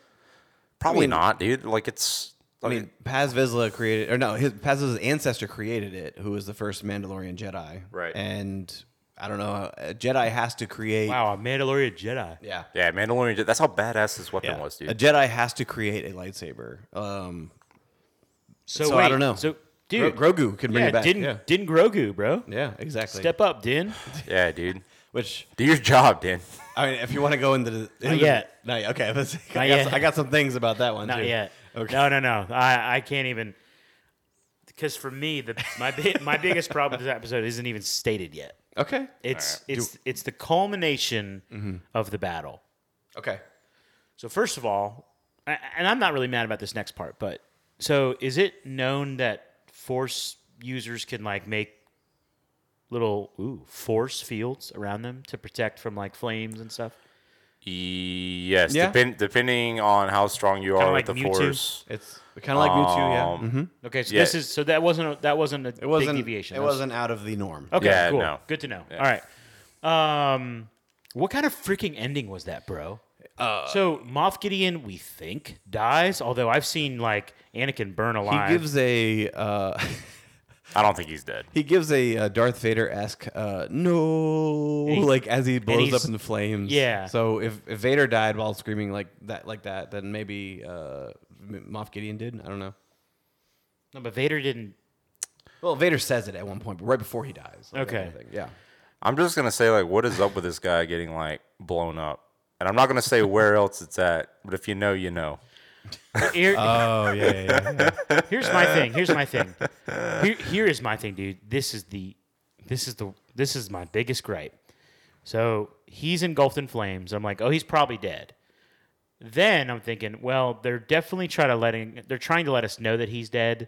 [SPEAKER 3] Probably
[SPEAKER 2] I mean-
[SPEAKER 3] not, dude. Like it's.
[SPEAKER 2] I mean, Paz Vizsla created, or no, his Paz Vizsla's ancestor created it, who was the first Mandalorian Jedi.
[SPEAKER 3] Right.
[SPEAKER 2] And I don't know, a Jedi has to create.
[SPEAKER 1] Wow, a Mandalorian Jedi.
[SPEAKER 2] Yeah.
[SPEAKER 3] yeah, Mandalorian. did- That's how badass this weapon
[SPEAKER 2] Yeah.
[SPEAKER 3] was, dude.
[SPEAKER 2] A Jedi has to create a lightsaber. Um,
[SPEAKER 1] So,
[SPEAKER 2] So
[SPEAKER 1] wait,
[SPEAKER 2] I don't know.
[SPEAKER 1] So
[SPEAKER 2] Gro-
[SPEAKER 1] dude,
[SPEAKER 2] Grogu could bring
[SPEAKER 1] yeah,
[SPEAKER 2] it back.
[SPEAKER 1] didn't
[SPEAKER 2] yeah.
[SPEAKER 1] didn't Grogu, bro?
[SPEAKER 2] Yeah, exactly.
[SPEAKER 1] Step up, Din.
[SPEAKER 3] yeah, dude.
[SPEAKER 2] Which
[SPEAKER 3] Do your job, Dan.
[SPEAKER 2] I mean, if you want to go into the into the-
[SPEAKER 1] yet.
[SPEAKER 2] not yet. Okay, let's,
[SPEAKER 1] Not
[SPEAKER 2] I, got,
[SPEAKER 1] yet.
[SPEAKER 2] some- I got some things about that one.
[SPEAKER 1] Not
[SPEAKER 2] too.
[SPEAKER 1] yet.
[SPEAKER 2] Okay.
[SPEAKER 1] No, no, no. I, I can't even. Because for me, the my bi- my biggest problem with this episode isn't even stated yet.
[SPEAKER 2] Okay.
[SPEAKER 1] It's it's it's the culmination
[SPEAKER 2] Mm-hmm.
[SPEAKER 1] of the battle.
[SPEAKER 2] Okay.
[SPEAKER 1] So first of all, a- and I'm not really mad about this next part, but so is it known that force users can like make little ooh force fields around them to protect from like flames and stuff?
[SPEAKER 3] Yes,
[SPEAKER 2] Yeah.
[SPEAKER 3] depend, depending on how strong you are
[SPEAKER 1] like
[SPEAKER 3] with the
[SPEAKER 1] Mewtwo.
[SPEAKER 3] force.
[SPEAKER 2] It's kind of like Mewtwo. Yeah.
[SPEAKER 3] Um,
[SPEAKER 1] Okay, so
[SPEAKER 3] Yeah.
[SPEAKER 1] this is so that wasn't a, that wasn't a
[SPEAKER 2] It wasn't.
[SPEAKER 1] big deviation. Oh,
[SPEAKER 2] It
[SPEAKER 1] That was-
[SPEAKER 2] wasn't out of the norm.
[SPEAKER 1] Okay,
[SPEAKER 3] Yeah,
[SPEAKER 1] cool.
[SPEAKER 3] no.
[SPEAKER 1] Good to know. All right. Um, what kind of freaking ending was that, bro? so Moff Gideon, we think, dies. Although I've seen like Anakin burn alive.
[SPEAKER 2] He gives a uh,
[SPEAKER 3] I don't think he's dead.
[SPEAKER 2] he gives a uh, Darth Vader esque uh, no,
[SPEAKER 1] And he-
[SPEAKER 2] like as he blows
[SPEAKER 1] he's-
[SPEAKER 2] up into flames.
[SPEAKER 1] yeah.
[SPEAKER 2] So if, if Vader died while screaming like that, like that, then maybe uh, M- Moff Gideon did. I don't know.
[SPEAKER 1] no, but Vader didn't.
[SPEAKER 2] Well, Vader says it at one point, but right before he dies. like,
[SPEAKER 1] Okay.
[SPEAKER 2] I think. Yeah.
[SPEAKER 3] I'm just gonna say like, what is up with this guy getting like blown up? And I'm not gonna say where else it's at, but if you know, you know.
[SPEAKER 1] Here-
[SPEAKER 2] Oh yeah. yeah,
[SPEAKER 1] here's my thing. Here's my thing. Here, here is my thing, dude. This is the, this is the, this is my biggest gripe. So he's engulfed in flames. I'm like, oh, he's probably dead. Then I'm thinking, well, they're definitely trying to letting, they're trying to let us know that he's dead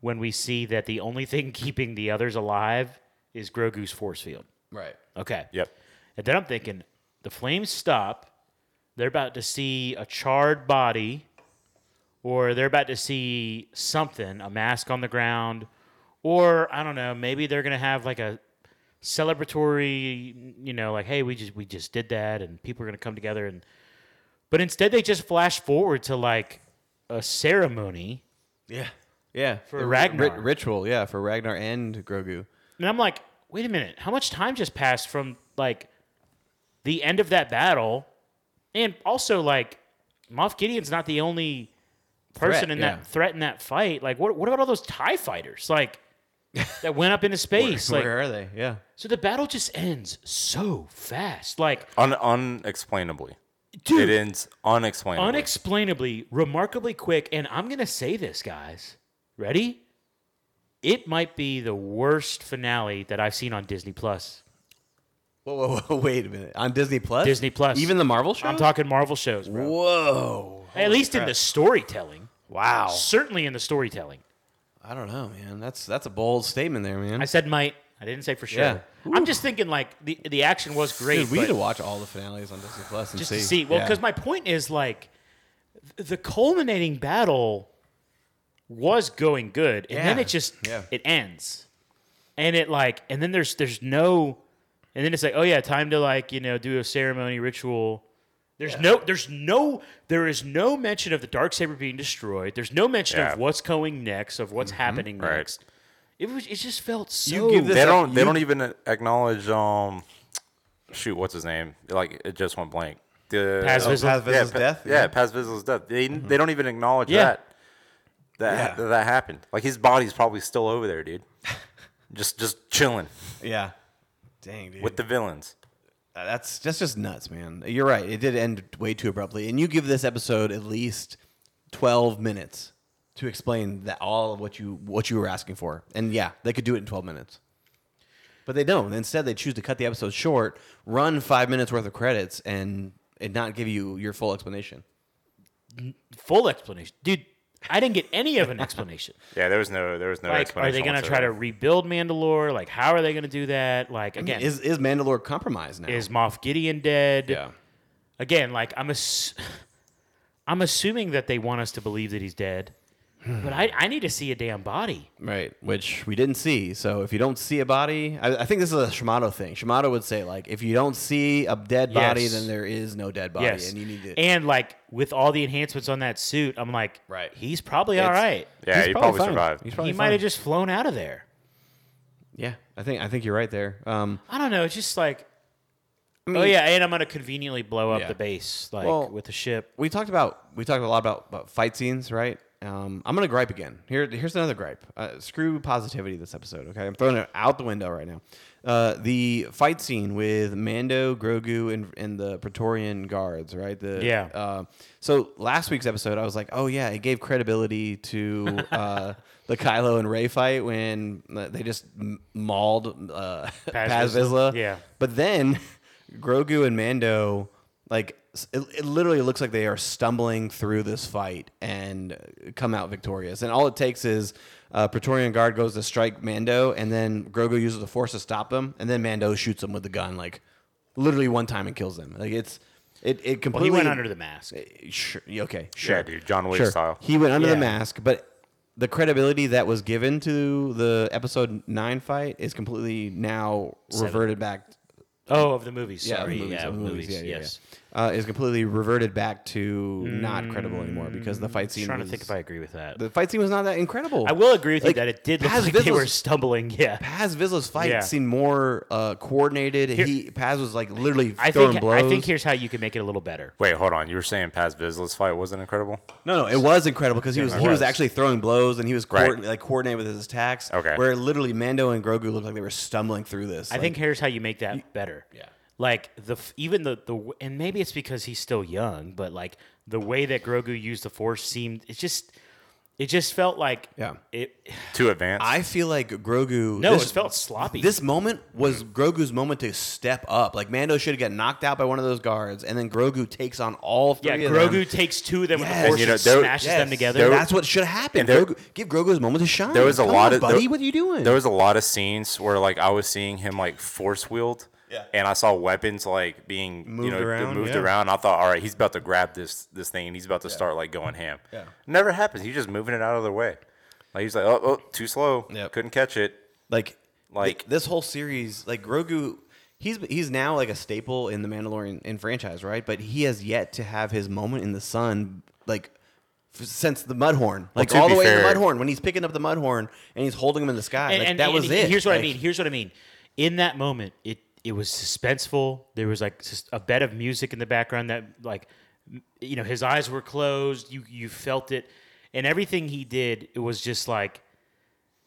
[SPEAKER 1] when we see that the only thing keeping the others alive is Grogu's force field.
[SPEAKER 2] right.
[SPEAKER 1] Okay.
[SPEAKER 3] Yep.
[SPEAKER 1] And then I'm thinking, the flames stop. They're about to see a charred body, or they're about to see something, a mask on the ground, or I don't know, maybe they're gonna have like a celebratory, you know, like, hey, we just we just did that, and people are gonna come together and. But instead, they just flash forward to like a ceremony,
[SPEAKER 2] Yeah. Yeah. For
[SPEAKER 1] Ragnar.
[SPEAKER 2] ritual. Yeah, for Ragnar and Grogu.
[SPEAKER 1] and I'm like, wait a minute, how much time just passed from like the end of that battle, and also like Moff Gideon's not the only person
[SPEAKER 2] Threat,
[SPEAKER 1] in
[SPEAKER 2] yeah.
[SPEAKER 1] that threat in that fight. Like, what what about all those Tie fighters like that went up into space? like,
[SPEAKER 2] Where are they? Yeah.
[SPEAKER 1] so the battle just ends so fast. Like,
[SPEAKER 3] Un- unexplainably,
[SPEAKER 1] dude,
[SPEAKER 3] it ends unexplainably.
[SPEAKER 1] unexplainably, remarkably quick. And I'm going to say this, guys. Ready? It might be the worst finale that I've seen on Disney Plus.
[SPEAKER 2] Whoa, whoa, whoa, wait a minute. On Disney Plus?
[SPEAKER 1] Disney Plus.
[SPEAKER 2] Even the Marvel show?
[SPEAKER 1] I'm talking Marvel shows, bro.
[SPEAKER 2] Whoa.
[SPEAKER 1] At least in the storytelling.
[SPEAKER 2] Wow.
[SPEAKER 1] Certainly in the storytelling.
[SPEAKER 2] I don't know, man. That's that's a bold statement there, man.
[SPEAKER 1] I said might. I didn't say for sure.
[SPEAKER 2] Yeah.
[SPEAKER 1] I'm just thinking like the, the action was great.
[SPEAKER 2] Dude, we need
[SPEAKER 1] but-
[SPEAKER 2] to watch all the finales on Disney Plus and
[SPEAKER 1] just
[SPEAKER 2] see.
[SPEAKER 1] to see. Well,
[SPEAKER 2] Yeah.
[SPEAKER 1] because my point is like th- the culminating battle was going good, and then
[SPEAKER 2] Yeah.
[SPEAKER 1] it just
[SPEAKER 2] Yeah.
[SPEAKER 1] it ends, and it like, and then there's there's no, and then it's like, oh yeah, time to like you know do a ceremony ritual. There's no, there's no, there is no mention of the dark saber being destroyed. There's no mention
[SPEAKER 3] Yeah.
[SPEAKER 1] of what's going next, of what's happening
[SPEAKER 3] Right.
[SPEAKER 1] next. It was, it just felt so.
[SPEAKER 2] Mm-hmm. You give this-
[SPEAKER 3] they don't. They
[SPEAKER 2] You-
[SPEAKER 3] don't even acknowledge. Um, shoot, what's his name? Like it just went blank. The uh,
[SPEAKER 1] Paz Vizsla.
[SPEAKER 2] Paz Vizsla's
[SPEAKER 3] yeah, Pa-
[SPEAKER 2] death?
[SPEAKER 3] Yeah, Paz Vizsla's death. They they don't even acknowledge
[SPEAKER 1] Yeah.
[SPEAKER 3] that. That, that that happened. Like his body's probably still over there, dude. just just chilling
[SPEAKER 2] Yeah. Dang, dude.
[SPEAKER 3] with the villains.
[SPEAKER 2] Uh, that's that's just nuts, man. You're right. It did end way too abruptly. And you give this episode at least 12 minutes to explain that all of what you what you were asking for. And yeah, they could do it in 12 minutes. But they don't. Instead, they choose to cut the episode short, run 5 minutes worth of credits and and not give you your full explanation.
[SPEAKER 1] full explanation, dude. I didn't get any of an explanation.
[SPEAKER 3] Yeah, there was no there was no
[SPEAKER 1] like, are
[SPEAKER 3] explanation.
[SPEAKER 1] they going to try
[SPEAKER 3] whatsoever.
[SPEAKER 1] to rebuild Mandalore? Like, how are they going to do that? Like, again,
[SPEAKER 2] Is is Mandalore compromised now?
[SPEAKER 1] is, Moff Gideon dead?
[SPEAKER 2] yeah.
[SPEAKER 1] Again, like I'm ass- I'm assuming that they want us to believe that he's dead,
[SPEAKER 2] Hmm.
[SPEAKER 1] but I, I need to see a damn body.
[SPEAKER 2] Right, which we didn't see. So if you don't see a body, I, I think this is a Shimano thing. Shimano would say like, if you don't see a dead body,
[SPEAKER 1] Yes.
[SPEAKER 2] then there is no dead body,
[SPEAKER 1] Yes,
[SPEAKER 2] and you need to.
[SPEAKER 1] And like with all the enhancements on that suit, I'm like,
[SPEAKER 2] Right.
[SPEAKER 1] he's probably all
[SPEAKER 2] It's-
[SPEAKER 1] right.
[SPEAKER 3] Yeah,
[SPEAKER 2] He's
[SPEAKER 3] he probably,
[SPEAKER 2] fine.
[SPEAKER 3] survived.
[SPEAKER 2] He's probably
[SPEAKER 1] he might have
[SPEAKER 2] fine.
[SPEAKER 1] just flown out of there.
[SPEAKER 2] Yeah, I think I think you're right there. Um,
[SPEAKER 1] I don't know. It's just like, oh yeah, and I'm gonna conveniently blow up
[SPEAKER 2] Yeah.
[SPEAKER 1] the base like
[SPEAKER 2] Well-
[SPEAKER 1] with the ship.
[SPEAKER 2] we talked about we talked a lot about, about fight scenes, right? Um, I'm gonna gripe again. Here, here's another gripe. Uh, screw positivity this episode. Okay, I'm throwing it out the window right now. Uh, the fight scene with Mando, Grogu, and, and the Praetorian guards, right? The
[SPEAKER 1] Yeah.
[SPEAKER 2] Uh, so last week's episode, I was like, oh yeah, it gave credibility to uh, the Kylo and Ray fight when uh, they just m- mauled uh,
[SPEAKER 1] Paz
[SPEAKER 2] Paz
[SPEAKER 1] Vizsla.
[SPEAKER 2] Vizsla.
[SPEAKER 1] Yeah.
[SPEAKER 2] But then Grogu and Mando, like, s- it, it literally looks like they are stumbling through this fight and come out victorious. And all it takes is uh, Praetorian Guard goes to strike Mando, and then Grogu uses the Force to stop him, and then Mando shoots him with the gun, like, literally one time and kills him. Like, it's. It,
[SPEAKER 1] Well,
[SPEAKER 2] it
[SPEAKER 1] he
[SPEAKER 2] completely
[SPEAKER 1] went under the mask.
[SPEAKER 2] Sure. Okay. Sure.
[SPEAKER 3] dude, John Wick
[SPEAKER 2] sure.
[SPEAKER 3] style.
[SPEAKER 2] He went under
[SPEAKER 1] Yeah.
[SPEAKER 2] the mask, but the credibility that was given to the episode nine fight is completely now reverted back.
[SPEAKER 1] Oh, of the movies.
[SPEAKER 2] Yeah, of
[SPEAKER 1] Sorry.
[SPEAKER 2] the movies,
[SPEAKER 1] yeah, of
[SPEAKER 2] of the
[SPEAKER 1] the movies.
[SPEAKER 2] movies, yeah, yeah,
[SPEAKER 1] yes.
[SPEAKER 2] Uh, is completely reverted back to not credible anymore because the fight scene.
[SPEAKER 1] Mm, Trying
[SPEAKER 2] was-
[SPEAKER 1] to think if I agree with that.
[SPEAKER 2] the fight scene was not that incredible.
[SPEAKER 1] I will agree with
[SPEAKER 2] Like,
[SPEAKER 1] you that it did look
[SPEAKER 2] Paz
[SPEAKER 1] like they were
[SPEAKER 2] Vizsla's-
[SPEAKER 1] stumbling. Yeah.
[SPEAKER 2] Paz Vizsla's fight
[SPEAKER 1] Yeah.
[SPEAKER 2] seemed more uh, coordinated. he Paz was like literally
[SPEAKER 1] I
[SPEAKER 2] throwing
[SPEAKER 1] think
[SPEAKER 2] blows.
[SPEAKER 1] I think here's how you can make it a little better.
[SPEAKER 3] Wait, hold on. You were saying Paz Vizsla's fight wasn't incredible?
[SPEAKER 2] No, no, it was incredible because he was
[SPEAKER 3] it
[SPEAKER 2] he was
[SPEAKER 3] was.
[SPEAKER 2] actually throwing blows and he was
[SPEAKER 3] Right.
[SPEAKER 2] coordin- like coordinated with his attacks.
[SPEAKER 3] Okay.
[SPEAKER 2] where literally Mando and Grogu looked like they were stumbling through this.
[SPEAKER 1] I think here's how you make that better.
[SPEAKER 2] yeah.
[SPEAKER 1] Like the f- even the the w- and maybe it's because he's still young, but like the way that Grogu used the Force seemed it just it just felt like
[SPEAKER 2] Yeah.
[SPEAKER 1] it
[SPEAKER 3] Too advanced.
[SPEAKER 2] I feel like Grogu.
[SPEAKER 1] No, it felt sloppy.
[SPEAKER 2] This moment was Grogu's moment to step up. Like Mando should have got knocked out by one of those guards, and then Grogu takes on all three.
[SPEAKER 1] yeah
[SPEAKER 2] of
[SPEAKER 1] Grogu
[SPEAKER 2] them.
[SPEAKER 1] takes two of them with
[SPEAKER 2] Yes.
[SPEAKER 1] the
[SPEAKER 2] And,
[SPEAKER 1] Force
[SPEAKER 3] you
[SPEAKER 1] and,
[SPEAKER 3] know, there-
[SPEAKER 1] smashes
[SPEAKER 2] Yes.
[SPEAKER 1] them together.
[SPEAKER 3] There-
[SPEAKER 2] That's what should happen.
[SPEAKER 3] And there-
[SPEAKER 2] Grogu, give Grogu his moment to shine.
[SPEAKER 3] there was a
[SPEAKER 2] Come
[SPEAKER 3] lot
[SPEAKER 2] on,
[SPEAKER 3] of
[SPEAKER 2] buddy.
[SPEAKER 3] there-
[SPEAKER 2] what are you doing?
[SPEAKER 3] There was a lot of scenes where like I was seeing him like force wield.
[SPEAKER 2] Yeah.
[SPEAKER 3] And I saw weapons like being
[SPEAKER 2] Moved
[SPEAKER 3] you know
[SPEAKER 2] around,
[SPEAKER 3] moved
[SPEAKER 2] yeah.
[SPEAKER 3] around. I thought, all right, he's about to grab this this thing and he's about to start like going ham.
[SPEAKER 2] Yeah.
[SPEAKER 3] Never happens. He's just moving it out of the way. Like he's like, oh, oh too slow.
[SPEAKER 2] Yep.
[SPEAKER 3] Couldn't catch it.
[SPEAKER 2] Like,
[SPEAKER 3] Like-
[SPEAKER 2] th- this whole series, like Grogu, he's he's now like a staple in the Mandalorian in franchise, right? But he has yet to have his moment in the sun, like f- since the Mudhorn, like
[SPEAKER 3] to
[SPEAKER 2] all the
[SPEAKER 3] be
[SPEAKER 2] way to the
[SPEAKER 3] fair-
[SPEAKER 2] Mudhorn when he's picking up the Mudhorn and he's holding him in the sky. like, that was
[SPEAKER 1] and
[SPEAKER 2] it.
[SPEAKER 1] Here's what I
[SPEAKER 2] Like,
[SPEAKER 1] mean. Here's what I mean. In that moment, it it was suspenseful. There was like just a bed of music in the background that like m- you know his eyes were closed. You you felt it, and everything he did it was just like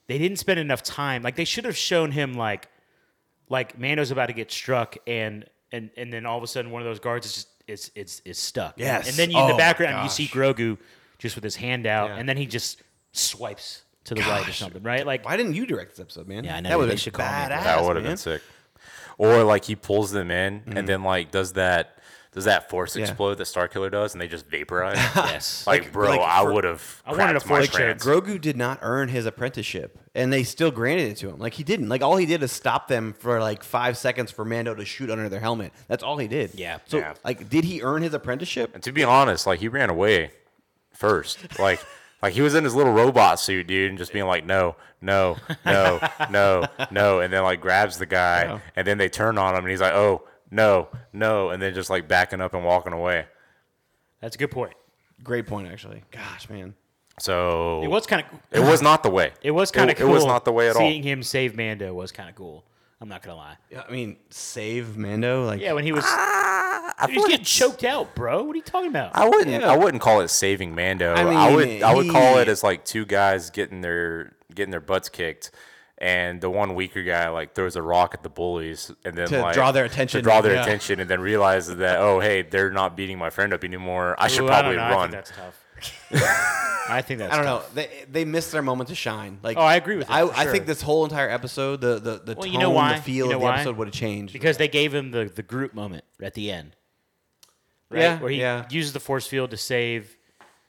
[SPEAKER 1] they didn't spend enough time. Like they should have shown him like like Mando's about to get struck and and and then all of a sudden one of those guards is just it's it's it's stuck.
[SPEAKER 2] Yes.
[SPEAKER 1] And then you, in
[SPEAKER 2] Oh,
[SPEAKER 1] the background you
[SPEAKER 2] gosh.
[SPEAKER 1] see Grogu just with his hand out,
[SPEAKER 2] Yeah.
[SPEAKER 1] and then he just swipes to the right or something, right? Like
[SPEAKER 2] Why didn't you direct this episode, man?
[SPEAKER 1] Yeah, I know,
[SPEAKER 2] That would
[SPEAKER 1] they
[SPEAKER 2] have been
[SPEAKER 1] should call me.
[SPEAKER 2] badass.
[SPEAKER 3] That would have
[SPEAKER 2] man. Mm-hmm.
[SPEAKER 3] been sick. Or like he pulls them in and then like does that does that force explode that Starkiller does and they just vaporize?
[SPEAKER 1] Yes.
[SPEAKER 3] Like,
[SPEAKER 2] Like-
[SPEAKER 3] bro,
[SPEAKER 2] like
[SPEAKER 3] I
[SPEAKER 2] for-
[SPEAKER 3] would have.
[SPEAKER 1] I wanted a force shield.
[SPEAKER 2] Grogu did not earn his apprenticeship, and they still granted it to him. Like he didn't. Like all he did is stop them for like five seconds for Mando to shoot under their helmet. That's all he did.
[SPEAKER 1] Yeah.
[SPEAKER 2] So
[SPEAKER 3] Yeah.
[SPEAKER 2] like, did he earn his apprenticeship?
[SPEAKER 3] And to be honest, like he ran away first. Like like he was in his little robot suit, dude, and just being like, no, no, no, no, no, and then like grabs the guy, and then they turn on him, and he's like, oh no, no, and then just like backing up and walking away.
[SPEAKER 1] That's a good point.
[SPEAKER 2] Great point, actually. Gosh, man.
[SPEAKER 3] So
[SPEAKER 1] It was kind of
[SPEAKER 3] it was not the way.
[SPEAKER 1] it was kind of
[SPEAKER 3] it,
[SPEAKER 1] cool.
[SPEAKER 3] It was not the way at
[SPEAKER 1] Seeing
[SPEAKER 3] all.
[SPEAKER 1] him save Mando was kind of cool. I'm not gonna lie.
[SPEAKER 2] Yeah, I mean, save Mando. Like,
[SPEAKER 1] Yeah, when he was
[SPEAKER 3] Ah, I,
[SPEAKER 1] he was getting choked out, bro. What are you talking about?
[SPEAKER 3] I wouldn't.
[SPEAKER 2] Yeah.
[SPEAKER 3] I wouldn't call it saving Mando. I,
[SPEAKER 2] I
[SPEAKER 3] would.
[SPEAKER 2] mean,
[SPEAKER 3] I would call
[SPEAKER 2] he-
[SPEAKER 3] it as like two guys getting their getting their butts kicked, and the one weaker guy like throws a rock at the bullies, and then
[SPEAKER 2] To
[SPEAKER 3] like,
[SPEAKER 2] draw their attention,
[SPEAKER 3] to draw their
[SPEAKER 2] yeah.
[SPEAKER 3] attention, and then realizes that oh hey, they're not beating my friend up anymore. I should
[SPEAKER 1] Ooh, I don't
[SPEAKER 3] probably
[SPEAKER 1] know. I think
[SPEAKER 3] run.
[SPEAKER 1] that's tough. I think that's.
[SPEAKER 2] I don't
[SPEAKER 1] tough.
[SPEAKER 2] know. They they missed their moment to shine. Like,
[SPEAKER 1] Oh, I agree with that,
[SPEAKER 2] I,
[SPEAKER 1] for
[SPEAKER 2] I
[SPEAKER 1] sure.
[SPEAKER 2] think this whole entire episode, the the the
[SPEAKER 1] Well,
[SPEAKER 2] tone,
[SPEAKER 1] you know why?
[SPEAKER 2] the feel
[SPEAKER 1] You know
[SPEAKER 2] of the
[SPEAKER 1] why?
[SPEAKER 2] episode would have changed.
[SPEAKER 1] because they gave him the the group moment at the end, right?
[SPEAKER 2] Yeah,
[SPEAKER 1] Where he
[SPEAKER 2] yeah.
[SPEAKER 1] uses the force field to save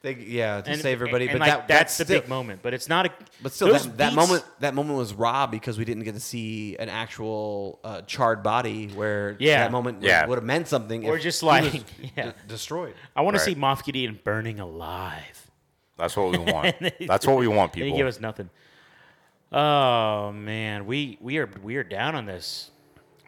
[SPEAKER 2] They, yeah, to
[SPEAKER 1] And-
[SPEAKER 2] save everybody.
[SPEAKER 1] and,
[SPEAKER 2] but
[SPEAKER 1] like,
[SPEAKER 2] that,
[SPEAKER 1] that's
[SPEAKER 2] still,
[SPEAKER 1] the big moment. But it's not a.
[SPEAKER 2] But still,
[SPEAKER 1] those
[SPEAKER 2] that, that
[SPEAKER 1] beats-
[SPEAKER 2] moment that moment was robbed because we didn't get to see an actual uh, charred body where
[SPEAKER 1] Yeah.
[SPEAKER 2] that moment
[SPEAKER 3] Yeah.
[SPEAKER 2] would have meant something.
[SPEAKER 1] Or
[SPEAKER 2] if
[SPEAKER 1] just
[SPEAKER 2] he was
[SPEAKER 1] like-
[SPEAKER 2] de-
[SPEAKER 1] yeah.
[SPEAKER 2] destroyed.
[SPEAKER 1] I want
[SPEAKER 3] Right.
[SPEAKER 1] to see Moff Gideon burning alive.
[SPEAKER 3] That's what we want. That's what we want,
[SPEAKER 1] They
[SPEAKER 3] people.
[SPEAKER 1] give us nothing. Oh man, we we are we are down on this.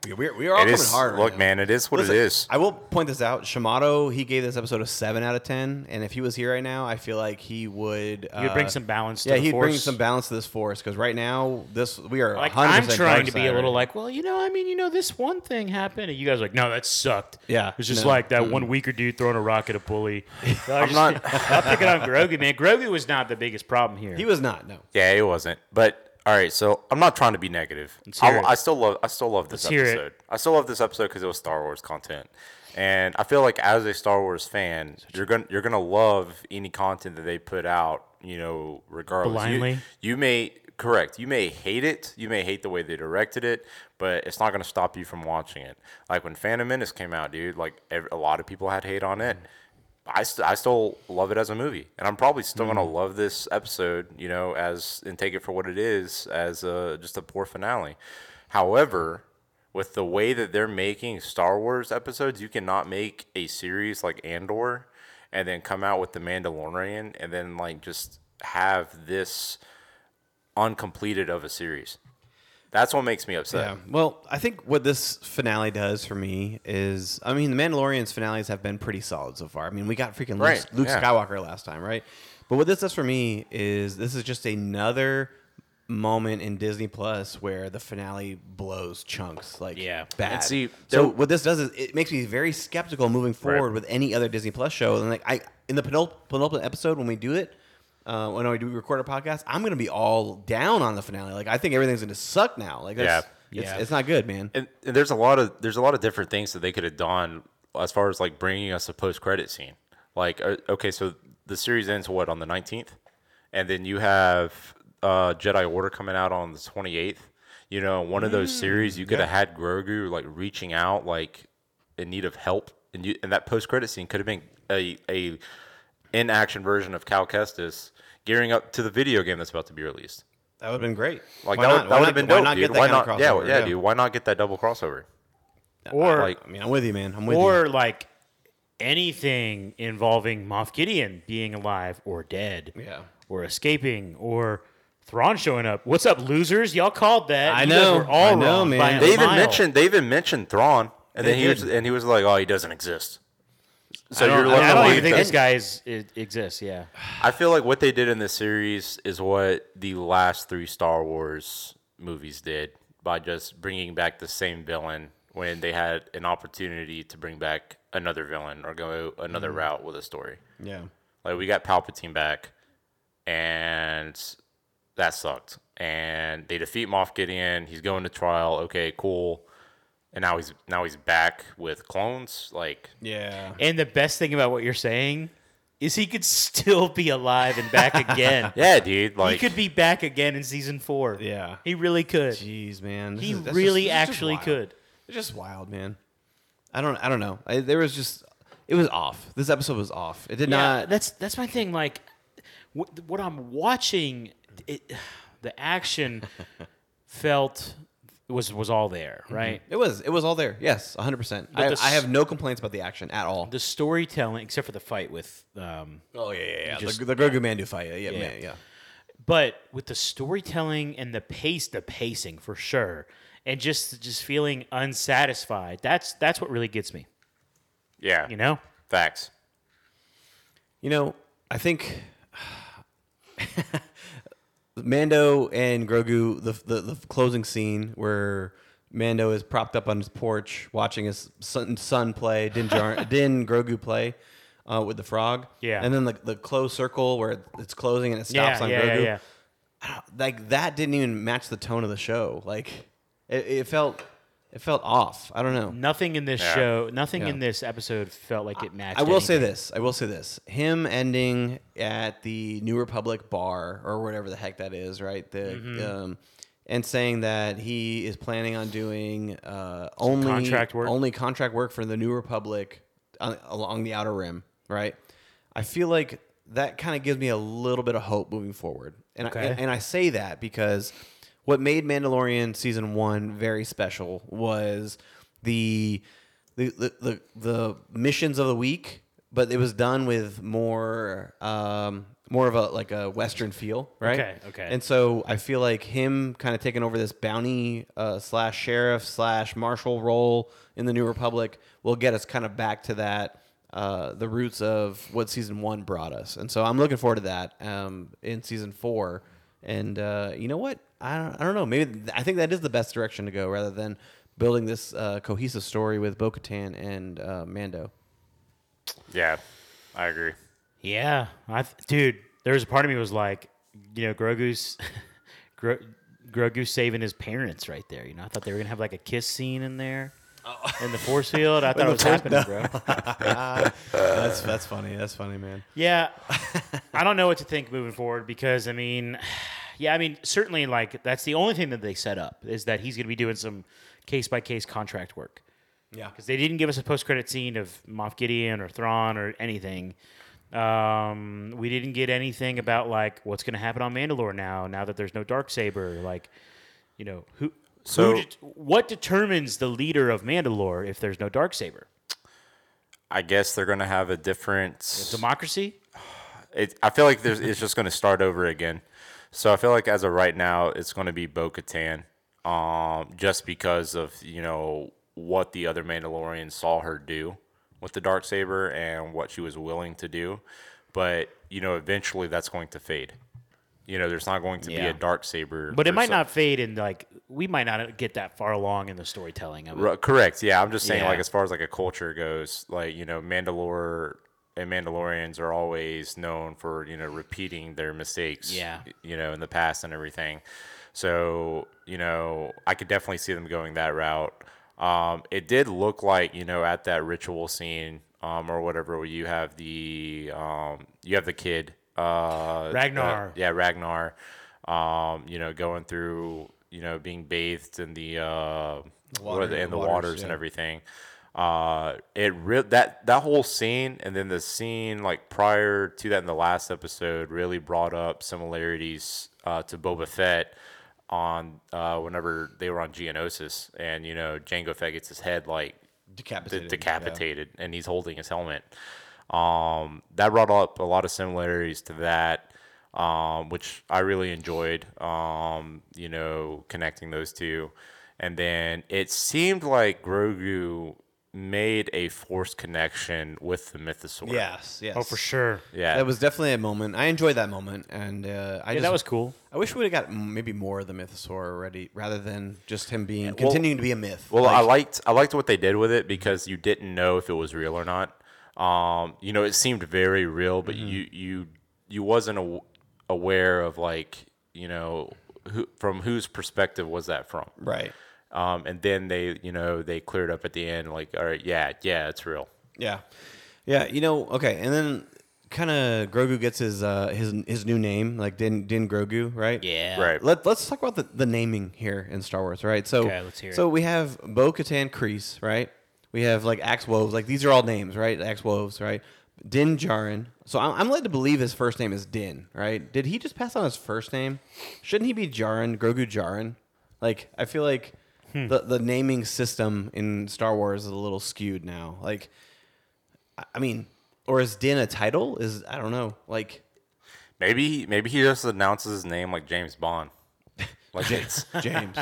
[SPEAKER 2] Yeah, we're, we are all
[SPEAKER 3] it
[SPEAKER 2] coming
[SPEAKER 3] is.
[SPEAKER 2] hard. right
[SPEAKER 3] look,
[SPEAKER 2] now.
[SPEAKER 3] man, it is what
[SPEAKER 2] Listen,
[SPEAKER 3] it is.
[SPEAKER 2] I will point this out. Shamato, he gave this episode a seven out of ten, and if he was here right now, I feel like he would. Uh,
[SPEAKER 1] He would bring some balance to
[SPEAKER 2] yeah,
[SPEAKER 1] the
[SPEAKER 2] he'd bring
[SPEAKER 1] Force.
[SPEAKER 2] some balance to this force because right now, this we are.
[SPEAKER 1] Like
[SPEAKER 2] 100%
[SPEAKER 1] I'm trying
[SPEAKER 2] dark
[SPEAKER 1] to be
[SPEAKER 2] side
[SPEAKER 1] a little
[SPEAKER 2] right
[SPEAKER 1] like, well, you know, I mean, you know, this one thing happened, and you guys are like, no, that sucked.
[SPEAKER 2] Yeah,
[SPEAKER 1] it's just
[SPEAKER 2] no. mm.
[SPEAKER 1] like that one weaker dude throwing a rock at a bully. I'm
[SPEAKER 2] not-
[SPEAKER 1] I'm picking on Grogu, man. Grogu was not the biggest problem here.
[SPEAKER 2] now. He was not. No,
[SPEAKER 3] Yeah, it wasn't. But all right, so I'm not trying to be negative.
[SPEAKER 1] hear
[SPEAKER 3] I,
[SPEAKER 1] it.
[SPEAKER 3] I still love. I still love this
[SPEAKER 1] Let's hear it.
[SPEAKER 3] episode. I still love this episode because it was Star Wars content, and I feel like as a Star Wars fan, you're gonna you're gonna love any content that they put out. You know, regardless. You-
[SPEAKER 1] Blindly?
[SPEAKER 3] you may correct. You may hate it. You may hate the way they directed it, but it's not gonna stop you from watching it. Like when Phantom Menace came out, dude. Like ev- a lot of people had hate on it. I, st- I still love it as a movie, and I'm probably still gonna love this episode, you know, as and take it for what it is, as uh just a poor finale. However, with the way that they're making Star Wars episodes, you cannot make a series like Andor and then come out with the Mandalorian and then like just have this uncompleted of a series. That's what makes me upset.
[SPEAKER 2] Yeah. Well, I think what this finale does for me is, I mean, the Mandalorian's finales have been pretty solid so far. I mean, we got freaking
[SPEAKER 3] Right,
[SPEAKER 2] Luke, Luke
[SPEAKER 3] yeah.
[SPEAKER 2] Skywalker last time, right? But what this does for me is this is just another moment in Disney Plus where the finale blows chunks like
[SPEAKER 1] Yeah.
[SPEAKER 2] bad.
[SPEAKER 3] And see,
[SPEAKER 2] so
[SPEAKER 3] there-
[SPEAKER 2] what this does is it makes me very skeptical moving forward with any other Disney Plus show. And like I in the penul- penultimate episode when we do it. Uh, when we do record a podcast, I'm gonna be all down on the finale. Like I think everything's gonna suck now. Like that's,
[SPEAKER 1] Yeah.
[SPEAKER 2] it's,
[SPEAKER 1] Yeah.
[SPEAKER 2] it's not good, man.
[SPEAKER 3] and, and there's a lot of there's a lot of different things that they could have done as far as like bringing us a post credit scene. Like uh, okay, so the series ends what on the 19th, and then you have uh, Jedi Order coming out on the 28th. You know, one of those series you could have had Grogu like reaching out like in need of help, and you and that post credit scene could have been a a in action version of Cal Kestis gearing up to the video game that's about to be released.
[SPEAKER 2] That would have been great.
[SPEAKER 3] Like
[SPEAKER 2] Why
[SPEAKER 3] that,
[SPEAKER 2] not?
[SPEAKER 3] would, that
[SPEAKER 2] Why
[SPEAKER 3] would
[SPEAKER 2] not-
[SPEAKER 3] have been
[SPEAKER 2] why
[SPEAKER 3] dope,
[SPEAKER 2] not
[SPEAKER 3] dude.
[SPEAKER 2] get that
[SPEAKER 3] why
[SPEAKER 2] kind of
[SPEAKER 3] not? Yeah,
[SPEAKER 2] crossover?
[SPEAKER 3] yeah, dude. Why not get that double crossover?
[SPEAKER 1] or
[SPEAKER 3] Like,
[SPEAKER 2] I mean, I'm with you, man. I'm with you.
[SPEAKER 1] or like anything involving Moff Gideon being alive or dead,
[SPEAKER 2] Yeah.
[SPEAKER 1] or escaping, or Thrawn showing up. What's up, losers? Y'all called that.
[SPEAKER 2] I
[SPEAKER 1] You guys
[SPEAKER 2] know.
[SPEAKER 1] were all
[SPEAKER 2] I know,
[SPEAKER 1] wrong
[SPEAKER 2] man.
[SPEAKER 1] by a
[SPEAKER 3] They even
[SPEAKER 1] mile.
[SPEAKER 3] mentioned they even mentioned Thrawn, and
[SPEAKER 2] They
[SPEAKER 3] then he
[SPEAKER 2] did.
[SPEAKER 3] was and he was like, "Oh, he doesn't exist." So
[SPEAKER 1] I don't,
[SPEAKER 3] you're
[SPEAKER 1] I
[SPEAKER 3] left
[SPEAKER 1] don't
[SPEAKER 3] believe
[SPEAKER 1] even think
[SPEAKER 3] that-
[SPEAKER 1] this guy is, it exists. Yeah,
[SPEAKER 3] I feel like what they did in this series is what the last three Star Wars movies did by just bringing back the same villain when they had an opportunity to bring back another villain or go another route with a story.
[SPEAKER 2] Yeah.
[SPEAKER 3] Like we got Palpatine back, and that sucked. And they defeat Moff Gideon. He's going to trial. Okay, cool. And now he's now he's back with clones. Like
[SPEAKER 2] Yeah.
[SPEAKER 1] and the best thing about what you're saying is he could still be alive and back again.
[SPEAKER 3] yeah, dude.
[SPEAKER 1] he
[SPEAKER 3] Like
[SPEAKER 1] could be back again in season four.
[SPEAKER 2] Yeah.
[SPEAKER 1] he really could.
[SPEAKER 2] Jeez, man. This
[SPEAKER 1] he
[SPEAKER 2] is- that's
[SPEAKER 1] really
[SPEAKER 2] just- this is just
[SPEAKER 1] actually
[SPEAKER 2] wild.
[SPEAKER 1] could.
[SPEAKER 2] It's just wild, man. I don't. I don't know. I, there was just. It was off. This episode was off. It did
[SPEAKER 1] Yeah,
[SPEAKER 2] not.
[SPEAKER 1] that's that's my thing. Like, what, what I'm watching, it, the action felt was was all there,
[SPEAKER 2] Mm-hmm.
[SPEAKER 1] right?
[SPEAKER 2] It was. It was all there. Yes, 100. percent I,
[SPEAKER 1] the s-
[SPEAKER 2] I have no complaints about the action at all.
[SPEAKER 1] The storytelling, except for the fight with, um,
[SPEAKER 2] Oh yeah, yeah, yeah.
[SPEAKER 1] just-
[SPEAKER 2] the, the Grogu Mandu fight. Yeah, yeah, yeah. Man, yeah.
[SPEAKER 1] but with the storytelling and the pace, the pacing for sure, and just just feeling unsatisfied. That's that's what really gets me.
[SPEAKER 3] yeah,
[SPEAKER 1] You know,
[SPEAKER 3] facts.
[SPEAKER 2] You know, I think Mando and Grogu, the, the the closing scene where Mando is propped up on his porch watching his son, son play, Din, Jar- Din Grogu play uh, with the frog.
[SPEAKER 1] Yeah.
[SPEAKER 2] And then the, the closed circle where it's closing and it stops
[SPEAKER 1] yeah,
[SPEAKER 2] on
[SPEAKER 1] yeah,
[SPEAKER 2] Grogu.
[SPEAKER 1] yeah, yeah.
[SPEAKER 2] Like, that didn't even match the tone of the show. Like, it, it felt. It felt off. I don't know.
[SPEAKER 1] Nothing in this show, nothing
[SPEAKER 2] Yeah.
[SPEAKER 1] in this episode felt like it matched.
[SPEAKER 2] I will say
[SPEAKER 1] anything.
[SPEAKER 2] this. I will say this. Him ending at the New Republic bar or whatever the heck that is, right? The
[SPEAKER 1] Mm-hmm.
[SPEAKER 2] um, and saying that he is planning on doing uh, only
[SPEAKER 1] contract work?
[SPEAKER 2] only uh, contract work for the New Republic on, along the Outer Rim, right? I feel like that kind of gives me a little bit of hope moving forward. And
[SPEAKER 1] Okay.
[SPEAKER 2] I, and, and I say that because what made Mandalorian season one very special was the the the, the, the missions of the week, but it was done with more um, more of a like a Western feel, right?
[SPEAKER 1] Okay, okay.
[SPEAKER 2] And so I feel like him kind of taking over this bounty uh, slash sheriff slash marshal role in the New Republic will get us kind of back to that uh, the roots of what season one brought us. And so I'm looking forward to that um, in season four. And uh, you know what? I don't, I don't know. Maybe th- I think that is the best direction to go rather than building this uh, cohesive story with Bo Katan and uh, Mando.
[SPEAKER 3] Yeah, I agree.
[SPEAKER 1] Yeah, I th- dude, there was a part of me was like, you know, Grogu's Gro- Grogu saving his parents right there. You know, I thought they were gonna have like a kiss scene in there
[SPEAKER 2] Oh.
[SPEAKER 1] in the force field. I thought it was happening, bro.
[SPEAKER 2] Uh, That's that's funny. That's funny, man.
[SPEAKER 1] Yeah, I don't know what to think moving forward because I mean, yeah, I mean certainly like that's the only thing that they set up is that he's gonna be doing some case by case contract work.
[SPEAKER 2] Yeah.
[SPEAKER 1] because they didn't give us a post credit scene of Moff Gideon or Thrawn or anything. Um, we didn't get anything about like what's going to happen on Mandalore now. Now that there's no dark saber, like you know who.
[SPEAKER 3] So-
[SPEAKER 1] who det- what determines the leader of Mandalore if there's no dark saber?
[SPEAKER 3] I guess they're gonna have a different.
[SPEAKER 1] Democracy?
[SPEAKER 3] It, I feel like there's, it's just gonna start over again. So I feel like as of right now, it's gonna be Bo Katan, um, just because of you know what the other Mandalorians saw her do with the dark saber and what she was willing to do. But you know, eventually that's going to fade. You know, there's not going to be
[SPEAKER 1] Yeah.
[SPEAKER 3] a dark saber.
[SPEAKER 1] But it might not fade, and like we might not get that far along in the storytelling of it.
[SPEAKER 3] Ru- correct. Yeah, I'm just saying,
[SPEAKER 1] Yeah.
[SPEAKER 3] like as far as like a culture goes, like you know, Mandalore and Mandalorians are always known for you know repeating their mistakes.
[SPEAKER 1] Yeah.
[SPEAKER 3] you know, in the past and everything. So you know, I could definitely see them going that route. Um, it did look like you know at that ritual scene um, or whatever where you have the um, you have the kid uh,
[SPEAKER 1] Ragnar.
[SPEAKER 3] uh, yeah, Ragnar. Um, you know, going through, you know, being bathed in the uh,
[SPEAKER 2] water-
[SPEAKER 3] what are they- in the
[SPEAKER 2] waters,
[SPEAKER 3] waters, and
[SPEAKER 2] yeah.
[SPEAKER 3] everything. Uh, it re- that that whole scene and then the scene like prior to that in the last episode really brought up similarities uh, to Boba Fett on uh, whenever they were on Geonosis and you know Django Fett gets his head like
[SPEAKER 2] Decapitated.
[SPEAKER 3] de- decapitated and he's holding his helmet. Um, that brought up a lot of similarities to that, um, which I really enjoyed. Um, you know, connecting those two, and then it seemed like Grogu made a forced connection with the Mythosaur.
[SPEAKER 2] Yes. Yes.
[SPEAKER 1] Oh, for sure.
[SPEAKER 3] yeah,
[SPEAKER 2] That was definitely a moment. I enjoyed that moment, and uh, I
[SPEAKER 1] Yeah,
[SPEAKER 2] just,
[SPEAKER 1] that was cool.
[SPEAKER 2] I wish we would have got m- maybe more of the mythosaur already, rather than just him being continuing to be a myth.
[SPEAKER 3] Well, I liked I liked what they did with it because you didn't know if it was real or not. Um, you know, it seemed very real,
[SPEAKER 2] Mm-hmm.
[SPEAKER 3] but you you you wasn't aw- aware of like you know who, from whose perspective was that from.
[SPEAKER 2] right?
[SPEAKER 3] Um, and then they you know they cleared up at the end like all right yeah yeah it's real.
[SPEAKER 2] Yeah, yeah. You know, okay, and then kind of Grogu gets his uh, his his new name, like Din Din Grogu, right?
[SPEAKER 1] Yeah.
[SPEAKER 3] Right.
[SPEAKER 2] Let, let's talk about the, the naming here in Star Wars, right? So,
[SPEAKER 1] Okay, let's hear
[SPEAKER 2] so we have Bo Katan Kreese, right? We have like Axe Woves, like these are all names, right? Axe Woves, right? Din Djarin. So I'm, I'm led to believe his first name is Din, right? Did he just pass on his first name? Shouldn't he be Djarin, Grogu Djarin? Like I feel like
[SPEAKER 1] Hmm.
[SPEAKER 2] the the naming system in Star Wars is a little skewed now. Like, I- I mean, or is Din a title? Is I don't know, like.
[SPEAKER 3] Maybe maybe he just announces his name like James Bond. Like it's
[SPEAKER 2] James,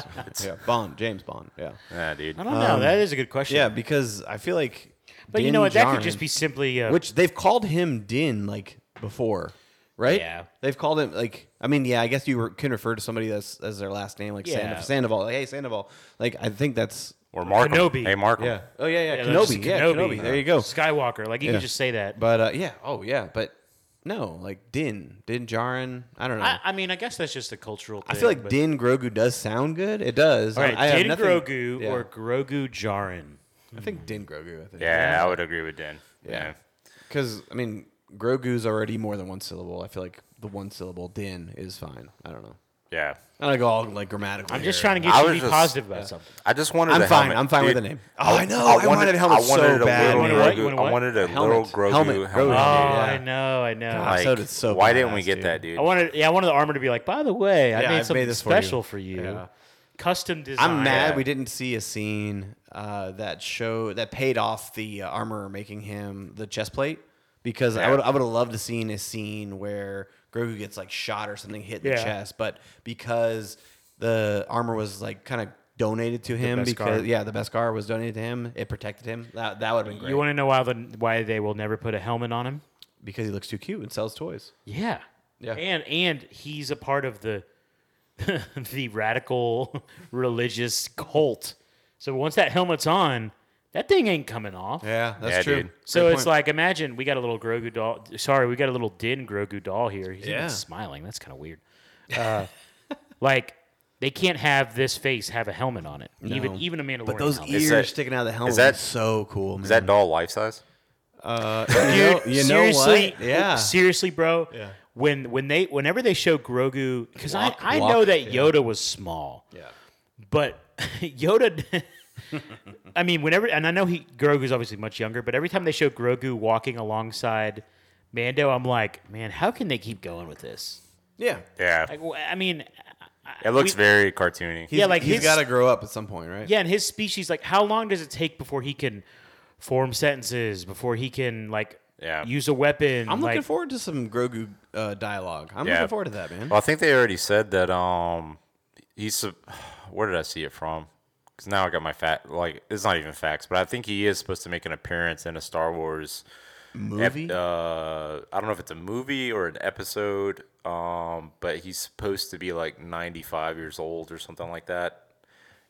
[SPEAKER 2] yeah, Bond, James Bond, yeah.
[SPEAKER 3] yeah dude.
[SPEAKER 1] I don't know. that is a good question.
[SPEAKER 2] Yeah, because I feel like.
[SPEAKER 1] But you
[SPEAKER 2] Din
[SPEAKER 1] know what? That could
[SPEAKER 2] Djarin-
[SPEAKER 1] just be simply uh,
[SPEAKER 2] Which they've called him Din like before, right?
[SPEAKER 1] Yeah.
[SPEAKER 2] They've called him like. I mean, yeah, I guess you re- can refer to somebody that's as their last name, like Sand-
[SPEAKER 1] Yeah.
[SPEAKER 2] Sandoval. Like, hey, Sandoval. Like, I think that's.
[SPEAKER 3] Or Markham.
[SPEAKER 1] Kenobi.
[SPEAKER 3] Hey Markham.
[SPEAKER 2] Yeah. Oh yeah, yeah.
[SPEAKER 1] yeah, that's
[SPEAKER 2] Kenobi.
[SPEAKER 1] uh, just
[SPEAKER 2] Yeah, Kenobi. There you go.
[SPEAKER 1] Skywalker. Like you
[SPEAKER 2] Yeah.
[SPEAKER 1] can just say that.
[SPEAKER 2] But uh, yeah. Oh yeah. But no, like Din, Din Djarin. I don't know.
[SPEAKER 1] I,
[SPEAKER 2] I,
[SPEAKER 1] I mean, I guess that's just a cultural. thing.
[SPEAKER 2] feel like
[SPEAKER 1] but-
[SPEAKER 2] Din Grogu does sound good. It does.
[SPEAKER 1] All right,
[SPEAKER 2] I, I have
[SPEAKER 1] Din
[SPEAKER 2] nothing-
[SPEAKER 1] Grogu
[SPEAKER 2] yeah.
[SPEAKER 1] or Grogu Jarin.
[SPEAKER 2] I think Din Grogu. I think.
[SPEAKER 3] Yeah, I would agree with Den.
[SPEAKER 2] Yeah. Because, I mean, Grogu's already more than one syllable. I feel like the one syllable din is fine. I don't know.
[SPEAKER 3] Yeah.
[SPEAKER 2] I'm gonna go all like grammatical.
[SPEAKER 1] I'm just
[SPEAKER 2] here.
[SPEAKER 1] trying to get
[SPEAKER 3] I
[SPEAKER 1] you to
[SPEAKER 3] was
[SPEAKER 1] be
[SPEAKER 3] just-
[SPEAKER 1] positive about something.
[SPEAKER 3] I just wanted.
[SPEAKER 2] I'm
[SPEAKER 3] a
[SPEAKER 2] fine.
[SPEAKER 3] helmet.
[SPEAKER 2] I'm fine with
[SPEAKER 3] Dude,
[SPEAKER 2] the name. Oh, I know. I wanted a helmet so bad,
[SPEAKER 1] man.
[SPEAKER 3] I wanted
[SPEAKER 1] You wanted what?
[SPEAKER 3] a little Grogu. I
[SPEAKER 1] You wanted
[SPEAKER 3] wanted a
[SPEAKER 2] Helmet.
[SPEAKER 3] little Grogu
[SPEAKER 2] Helmet.
[SPEAKER 3] helmet.
[SPEAKER 1] Oh,
[SPEAKER 2] Grogu. Yeah.
[SPEAKER 1] I know, I know.
[SPEAKER 2] God. episode is so
[SPEAKER 3] why didn't we
[SPEAKER 2] badass,
[SPEAKER 3] get
[SPEAKER 2] dude.
[SPEAKER 3] that, dude?
[SPEAKER 1] I wanted, yeah, I wanted the armor to be like. By the way, I
[SPEAKER 2] Yeah,
[SPEAKER 1] made
[SPEAKER 2] I've made
[SPEAKER 1] something
[SPEAKER 2] this for you."
[SPEAKER 1] special for you,
[SPEAKER 2] Yeah.
[SPEAKER 1] custom design.
[SPEAKER 2] Oh, I'm mad we didn't see a scene uh, that show that paid off the uh, armor making him the chest plate because I
[SPEAKER 3] Yeah.
[SPEAKER 2] would I would have loved to seen a scene where Grogu gets like shot or something hit in the
[SPEAKER 1] Yeah.
[SPEAKER 2] chest, but because the armor was like kind of donated to him
[SPEAKER 1] Beskar.
[SPEAKER 2] because yeah the Beskar was donated to him it protected him that that would have been great
[SPEAKER 1] You want to know why the why they will never put a helmet on him?
[SPEAKER 2] because he looks too cute and sells toys
[SPEAKER 1] Yeah.
[SPEAKER 2] Yeah.
[SPEAKER 1] And and he's a part of the the radical religious cult. So once that helmet's on, that thing ain't coming off.
[SPEAKER 2] yeah that's
[SPEAKER 3] Yeah,
[SPEAKER 2] true
[SPEAKER 3] dude.
[SPEAKER 1] So it's like imagine we got a little Grogu doll. Sorry, we got a little Din Grogu doll here. He's
[SPEAKER 2] Yeah.
[SPEAKER 1] even smiling. That's kind of weird. Uh, like they can't have this face have a helmet on it. Even even a Mandalorian.
[SPEAKER 2] but those
[SPEAKER 1] helmet.
[SPEAKER 2] ears
[SPEAKER 3] that-
[SPEAKER 2] sticking out of the helmet
[SPEAKER 3] is that-
[SPEAKER 2] was so cool man
[SPEAKER 3] Is that doll life size?
[SPEAKER 2] you know, you know
[SPEAKER 1] seriously,
[SPEAKER 2] what yeah
[SPEAKER 1] seriously, bro. When when they whenever they show Grogu, because I,
[SPEAKER 2] Walk-
[SPEAKER 1] I
[SPEAKER 2] walk,
[SPEAKER 1] know that Yoda was small,
[SPEAKER 2] yeah.
[SPEAKER 1] but Yoda. I mean, whenever and I know he Grogu's obviously much younger, but every time they show Grogu walking alongside Mando, I'm like, man, how can they keep going with this?
[SPEAKER 2] Yeah.
[SPEAKER 3] Yeah.
[SPEAKER 1] Like, wh- I mean, I-
[SPEAKER 3] it looks
[SPEAKER 1] we-
[SPEAKER 3] very cartoony.
[SPEAKER 1] Yeah, like
[SPEAKER 2] he's
[SPEAKER 1] his-
[SPEAKER 2] got to grow up at some point, right?
[SPEAKER 1] yeah, and his species, like, how long does it take before he can form sentences? Before he can like
[SPEAKER 3] Yeah.
[SPEAKER 1] use a weapon?
[SPEAKER 2] I'm looking
[SPEAKER 1] like-
[SPEAKER 2] forward to some Grogu uh, dialogue. I'm
[SPEAKER 3] Yeah.
[SPEAKER 2] looking forward to that, man.
[SPEAKER 3] Well, I think they already said that. Um, he's sup- where did I see it from? Because now I got my fact. Like it's not even facts, but I think he is supposed to make an appearance in a Star Wars ep-
[SPEAKER 2] Movie.
[SPEAKER 3] uh, I don't know if it's a movie or an episode. Um, but he's supposed to be like 95 years old or something like that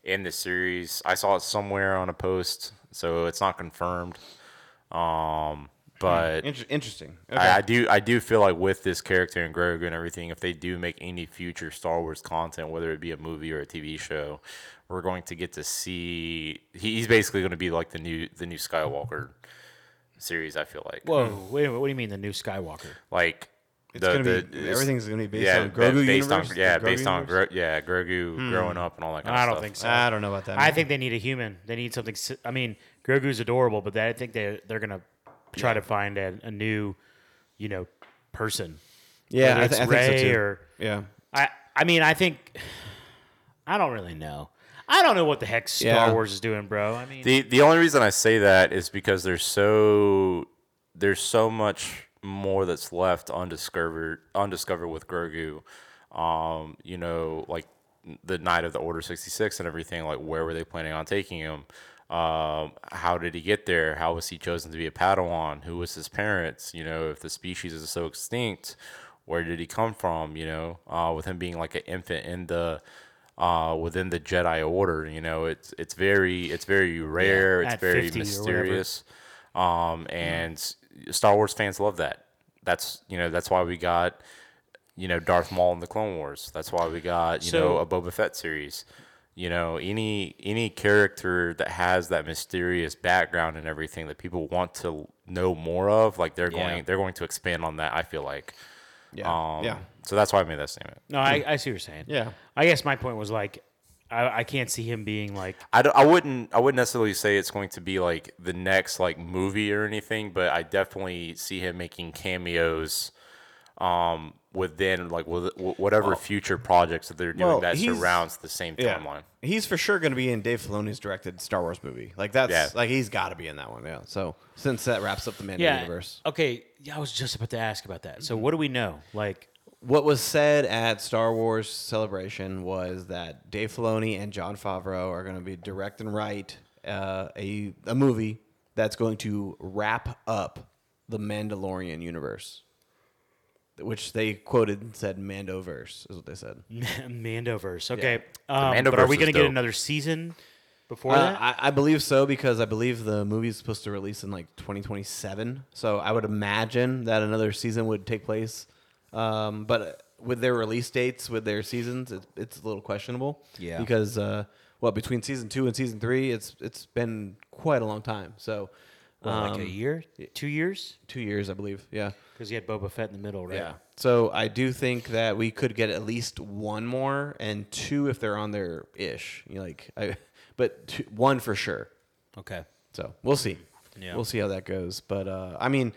[SPEAKER 3] in the series. I saw it somewhere on a post, so it's not confirmed. Um, but
[SPEAKER 2] Inter- interesting. Hmm, Okay.
[SPEAKER 3] I, I do I do feel like with this character and Grogu and everything, if they do make any future Star Wars content, whether it be a movie or a TV show, we're going to get to see he, he's basically going to be like the new the new Skywalker series. I feel like
[SPEAKER 1] Whoa, wait a minute. What do you mean the new Skywalker?
[SPEAKER 3] like
[SPEAKER 2] It's gonna be- everything's gonna be based
[SPEAKER 3] yeah,
[SPEAKER 2] on
[SPEAKER 3] ba-
[SPEAKER 2] Grogu
[SPEAKER 3] based
[SPEAKER 2] universe?
[SPEAKER 3] on yeah
[SPEAKER 2] The Grogu
[SPEAKER 3] based on Gro-
[SPEAKER 2] universe?
[SPEAKER 3] yeah Grogu growing up and all that kind
[SPEAKER 1] Hmm. I
[SPEAKER 3] of
[SPEAKER 1] don't
[SPEAKER 3] stuff.
[SPEAKER 1] think so.
[SPEAKER 2] I don't know about that.
[SPEAKER 1] I
[SPEAKER 2] man.
[SPEAKER 1] think they need a human. They need something. si- I mean, Grogu's adorable, but I think they they're gonna try to find a, a new, you know, person.
[SPEAKER 2] yeah,
[SPEAKER 1] Whether
[SPEAKER 2] I,
[SPEAKER 1] it's
[SPEAKER 2] th- I think so
[SPEAKER 1] Rey
[SPEAKER 2] too.
[SPEAKER 1] or-
[SPEAKER 2] yeah,
[SPEAKER 1] I I mean, I think I don't really know. I don't know what the heck Star
[SPEAKER 2] Yeah.
[SPEAKER 1] Wars is doing, bro. I mean,
[SPEAKER 3] The the only reason I say that is because there's so there's so much more that's left undiscovered undiscovered with Grogu. Um, you know, like the night of the Order 66 and everything, like where were they planning on taking him? Um, how did he get there? How was he chosen to be a Padawan? Who was his parents? You know, if the species is so extinct, where did he come from? You know, uh, with him being like an infant in the uh, within the Jedi Order. You know, it's it's very it's very rare.
[SPEAKER 1] at
[SPEAKER 3] it's very
[SPEAKER 1] 50 or whatever.
[SPEAKER 3] mysterious. Um, and s- Star Wars fans love that. That's you know that's why we got you know Darth Maul in the Clone Wars. That's why we got you
[SPEAKER 1] So-
[SPEAKER 3] know a Boba Fett series. You know any any character that has that mysterious background and everything that people want to know more of, like they're
[SPEAKER 2] Yeah.
[SPEAKER 3] going they're going to expand on that. I feel like.
[SPEAKER 2] yeah,
[SPEAKER 3] Um,
[SPEAKER 2] yeah,
[SPEAKER 3] So that's why I made that statement.
[SPEAKER 1] no, I, I see what you're saying.
[SPEAKER 2] Hmm. Yeah.
[SPEAKER 1] I guess my point was like, I, I can't see him being like
[SPEAKER 3] I, don't- I wouldn't I wouldn't necessarily say it's going to be like the next like movie or anything, but I definitely see him making cameos um within like with, wh- whatever future projects that they're doing
[SPEAKER 2] Oh. well,
[SPEAKER 3] that
[SPEAKER 2] he's-
[SPEAKER 3] surrounds the same
[SPEAKER 2] yeah.
[SPEAKER 3] timeline.
[SPEAKER 2] He's for sure going to be in Dave Filoni's directed Star Wars movie. Like that's
[SPEAKER 3] Yeah.
[SPEAKER 2] like he's got to be in that one. Yeah. So since that wraps up the Mando universe, Mm-hmm.
[SPEAKER 1] Okay, yeah, I was just about to ask about that. So what do we know? Like,
[SPEAKER 2] what was said at Star Wars Celebration was that Dave Filoni and John Favreau are going to be direct and write uh, a a movie that's going to wrap up the Mandalorian universe, which they quoted and said "Mandoverse" is what they said.
[SPEAKER 1] Mandoverse. Okay. Um,
[SPEAKER 3] The
[SPEAKER 1] but are we going
[SPEAKER 3] Mandoverse
[SPEAKER 1] to
[SPEAKER 3] is
[SPEAKER 1] get
[SPEAKER 3] dope.
[SPEAKER 1] another season before
[SPEAKER 2] Uh,
[SPEAKER 1] that?
[SPEAKER 2] I, I believe so because I believe the movie's supposed to release in like 2027. So I would imagine that another season would take place. Um, but with their release dates, with their seasons, it's, it's a little questionable.
[SPEAKER 1] Yeah.
[SPEAKER 2] Because uh, well, between season two and season three, it's it's been quite a long time. So
[SPEAKER 1] What, like a year, two years,
[SPEAKER 2] two years, I believe. Yeah.
[SPEAKER 1] because Um, you had Boba Fett in the middle, right?
[SPEAKER 2] Yeah. So I do think that we could get at least one more and two if they're on their ish. You know, like I, but two, one for sure.
[SPEAKER 1] Okay.
[SPEAKER 2] So we'll see.
[SPEAKER 1] Yeah.
[SPEAKER 2] We'll see how that goes. But uh, I mean,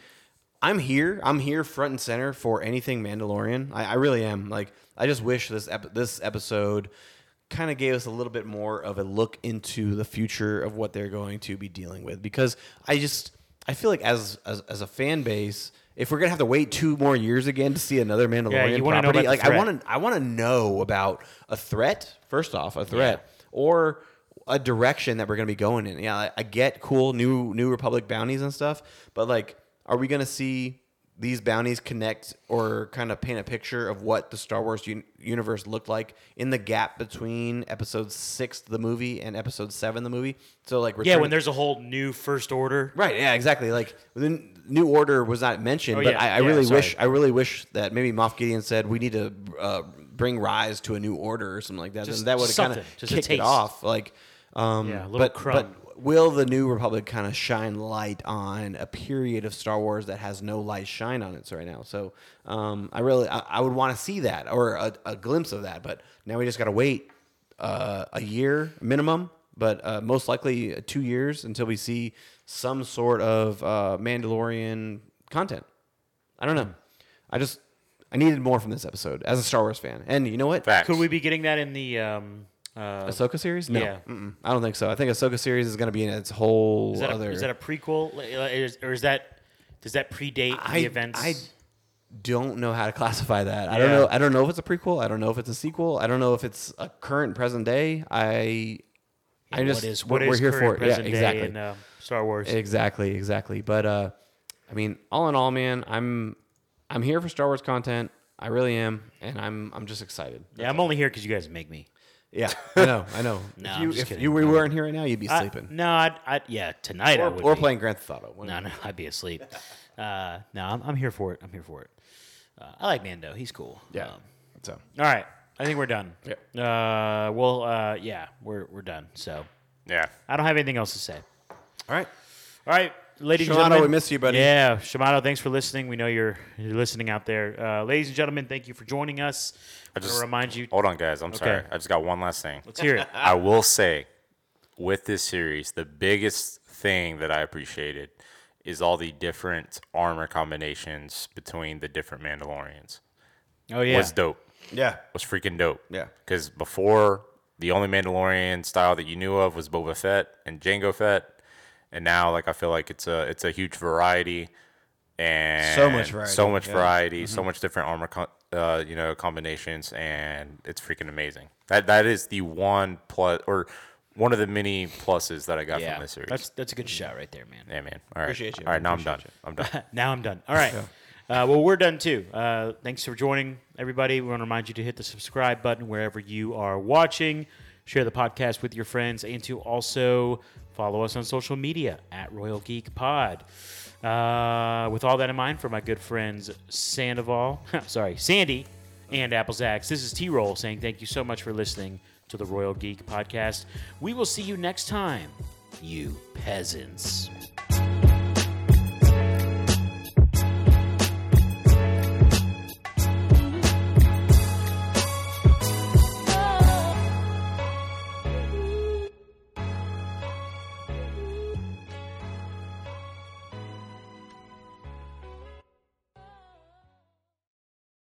[SPEAKER 2] I'm here. I'm here front and center for anything Mandalorian. I, I really am. Like I just wish this ep- this episode kind of gave us a little bit more of a look into the future of what they're going to be dealing with because I just I feel like as as, as a fan base. If we're gonna have to wait two more years again to see another Mandalorian
[SPEAKER 1] you wanna know
[SPEAKER 2] property,
[SPEAKER 1] about the
[SPEAKER 2] like I
[SPEAKER 1] threat.
[SPEAKER 2] want to I want to know about a threat first off, a threat or a direction that we're going to be going in. Yeah, I, I get cool new new Republic bounties and stuff, but like, are we going to see these bounties connect or kind of paint a picture of what the Star Wars un- universe looked like in the gap between Episode Six, the movie, and Episode Seven, the movie? So like,
[SPEAKER 1] Yeah,
[SPEAKER 2] Return-
[SPEAKER 1] when there's a whole new First Order.
[SPEAKER 2] Right. Yeah. Exactly. Like the n- New Order was not mentioned,
[SPEAKER 1] Oh,
[SPEAKER 2] but
[SPEAKER 1] yeah,
[SPEAKER 2] I, I
[SPEAKER 1] yeah,
[SPEAKER 2] really
[SPEAKER 1] sorry.
[SPEAKER 2] wish I really wish that maybe Moff Gideon said we need to uh, bring Rise to a new order or something like that.
[SPEAKER 1] Just
[SPEAKER 2] and that would kind
[SPEAKER 1] something,
[SPEAKER 2] of
[SPEAKER 1] just a
[SPEAKER 2] kicked it
[SPEAKER 1] taste.
[SPEAKER 2] off. Like, um,
[SPEAKER 1] Yeah, a little
[SPEAKER 2] but,
[SPEAKER 1] crumb.
[SPEAKER 2] but will the New Republic kind of shine light on a period of Star Wars that has no light shine on it right now? So um, I really I, I would want to see that or a, a glimpse of that. But now we just got to wait uh, a year minimum, but uh, most likely two years until we see some sort of uh, Mandalorian content. I don't know. I just I needed more from this episode as a Star Wars fan. And you know what?
[SPEAKER 3] Facts.
[SPEAKER 1] Could we be getting that in the um, uh,
[SPEAKER 2] Ahsoka series? No,
[SPEAKER 1] Yeah.
[SPEAKER 2] Mm-mm. I don't think so. I think Ahsoka series is going to be in its whole
[SPEAKER 1] Is that,
[SPEAKER 2] other.
[SPEAKER 1] a, is that a prequel, Like, uh, is- or is that does that predate
[SPEAKER 2] I-
[SPEAKER 1] the events?
[SPEAKER 2] I don't know how to classify that. I don't
[SPEAKER 1] Yeah.
[SPEAKER 2] know. I don't know if it's a prequel. I don't know if it's a sequel. I don't know if it's a current present day. I, I just
[SPEAKER 1] what is what
[SPEAKER 2] we're we're
[SPEAKER 1] is
[SPEAKER 2] here
[SPEAKER 1] current
[SPEAKER 2] for it. Yeah,
[SPEAKER 1] present
[SPEAKER 2] exactly.
[SPEAKER 1] day in uh, Star Wars?
[SPEAKER 2] Exactly, exactly. But uh, I mean, all in all, man, I'm I'm here for Star Wars content. I really am, and I'm I'm just excited.
[SPEAKER 1] yeah, I'm only here because you guys make me.
[SPEAKER 2] Yeah, I know, I know.
[SPEAKER 1] No,
[SPEAKER 2] if
[SPEAKER 1] I'm
[SPEAKER 2] you,
[SPEAKER 1] just
[SPEAKER 2] if
[SPEAKER 1] kidding.
[SPEAKER 2] you we weren't here right now, you'd be
[SPEAKER 1] I-
[SPEAKER 2] sleeping
[SPEAKER 1] no, I'd, I'd, yeah, tonight I
[SPEAKER 2] or,
[SPEAKER 1] would
[SPEAKER 2] or
[SPEAKER 1] be.
[SPEAKER 2] playing Grand Theft Auto. one of
[SPEAKER 1] No, no, I'd be asleep. Uh, no, I'm, I'm here for it. I'm here for it. Uh, I like Mando. He's cool.
[SPEAKER 2] the- Yeah.
[SPEAKER 1] Um,
[SPEAKER 2] so
[SPEAKER 1] all right, I think we're done.
[SPEAKER 2] Yeah.
[SPEAKER 1] Uh, well, uh, yeah, we're we're done. So
[SPEAKER 3] Yeah.
[SPEAKER 1] I don't have anything else to say.
[SPEAKER 2] all right,
[SPEAKER 1] All right, ladies
[SPEAKER 2] Shimano,
[SPEAKER 1] and gentlemen.
[SPEAKER 2] we miss you, buddy.
[SPEAKER 1] Yeah, Shimano, thanks for listening. We know you're you're listening out there. Uh, ladies and gentlemen, thank you for joining us. I just
[SPEAKER 3] just-
[SPEAKER 1] want to remind you.
[SPEAKER 3] Hold on, guys. I'm sorry. I just got one last thing.
[SPEAKER 1] Let's hear it.
[SPEAKER 3] I will say, with this series, the biggest thing that I appreciated is all the different armor combinations between the different Mandalorians.
[SPEAKER 1] Oh yeah,
[SPEAKER 3] Was dope.
[SPEAKER 2] yeah,
[SPEAKER 3] Was freaking dope.
[SPEAKER 2] Yeah.
[SPEAKER 3] Because before, the only Mandalorian style that you knew of was Boba Fett and Jango Fett, and now like I feel like it's a it's a huge variety and
[SPEAKER 2] So much variety,
[SPEAKER 3] so much
[SPEAKER 2] yeah. Mm-hmm.
[SPEAKER 3] variety, so much different armor, co uh, you know, combinations, and it's freaking amazing. That that is the one plus or one of the many pluses that I got
[SPEAKER 1] yeah.
[SPEAKER 3] from this series.
[SPEAKER 1] That's that's a good shot right there, man.
[SPEAKER 3] yeah, man. All right,
[SPEAKER 2] Appreciate you.
[SPEAKER 3] All right, now I'm done.
[SPEAKER 2] Appreciate
[SPEAKER 3] I'm done.
[SPEAKER 1] Now I'm done. All right. Uh, well, we're done too. Uh, thanks for joining, everybody. We want to remind you to hit the subscribe button wherever you are watching. Share the podcast with your friends and to also follow us on social media at Royal Geek Pod. Uh, with all that in mind, for my good friends Sandoval, sorry, Sandy and Applezax, this is T Roll saying thank you so much for listening to the Royal Geek Podcast. We will see you next time, you peasants.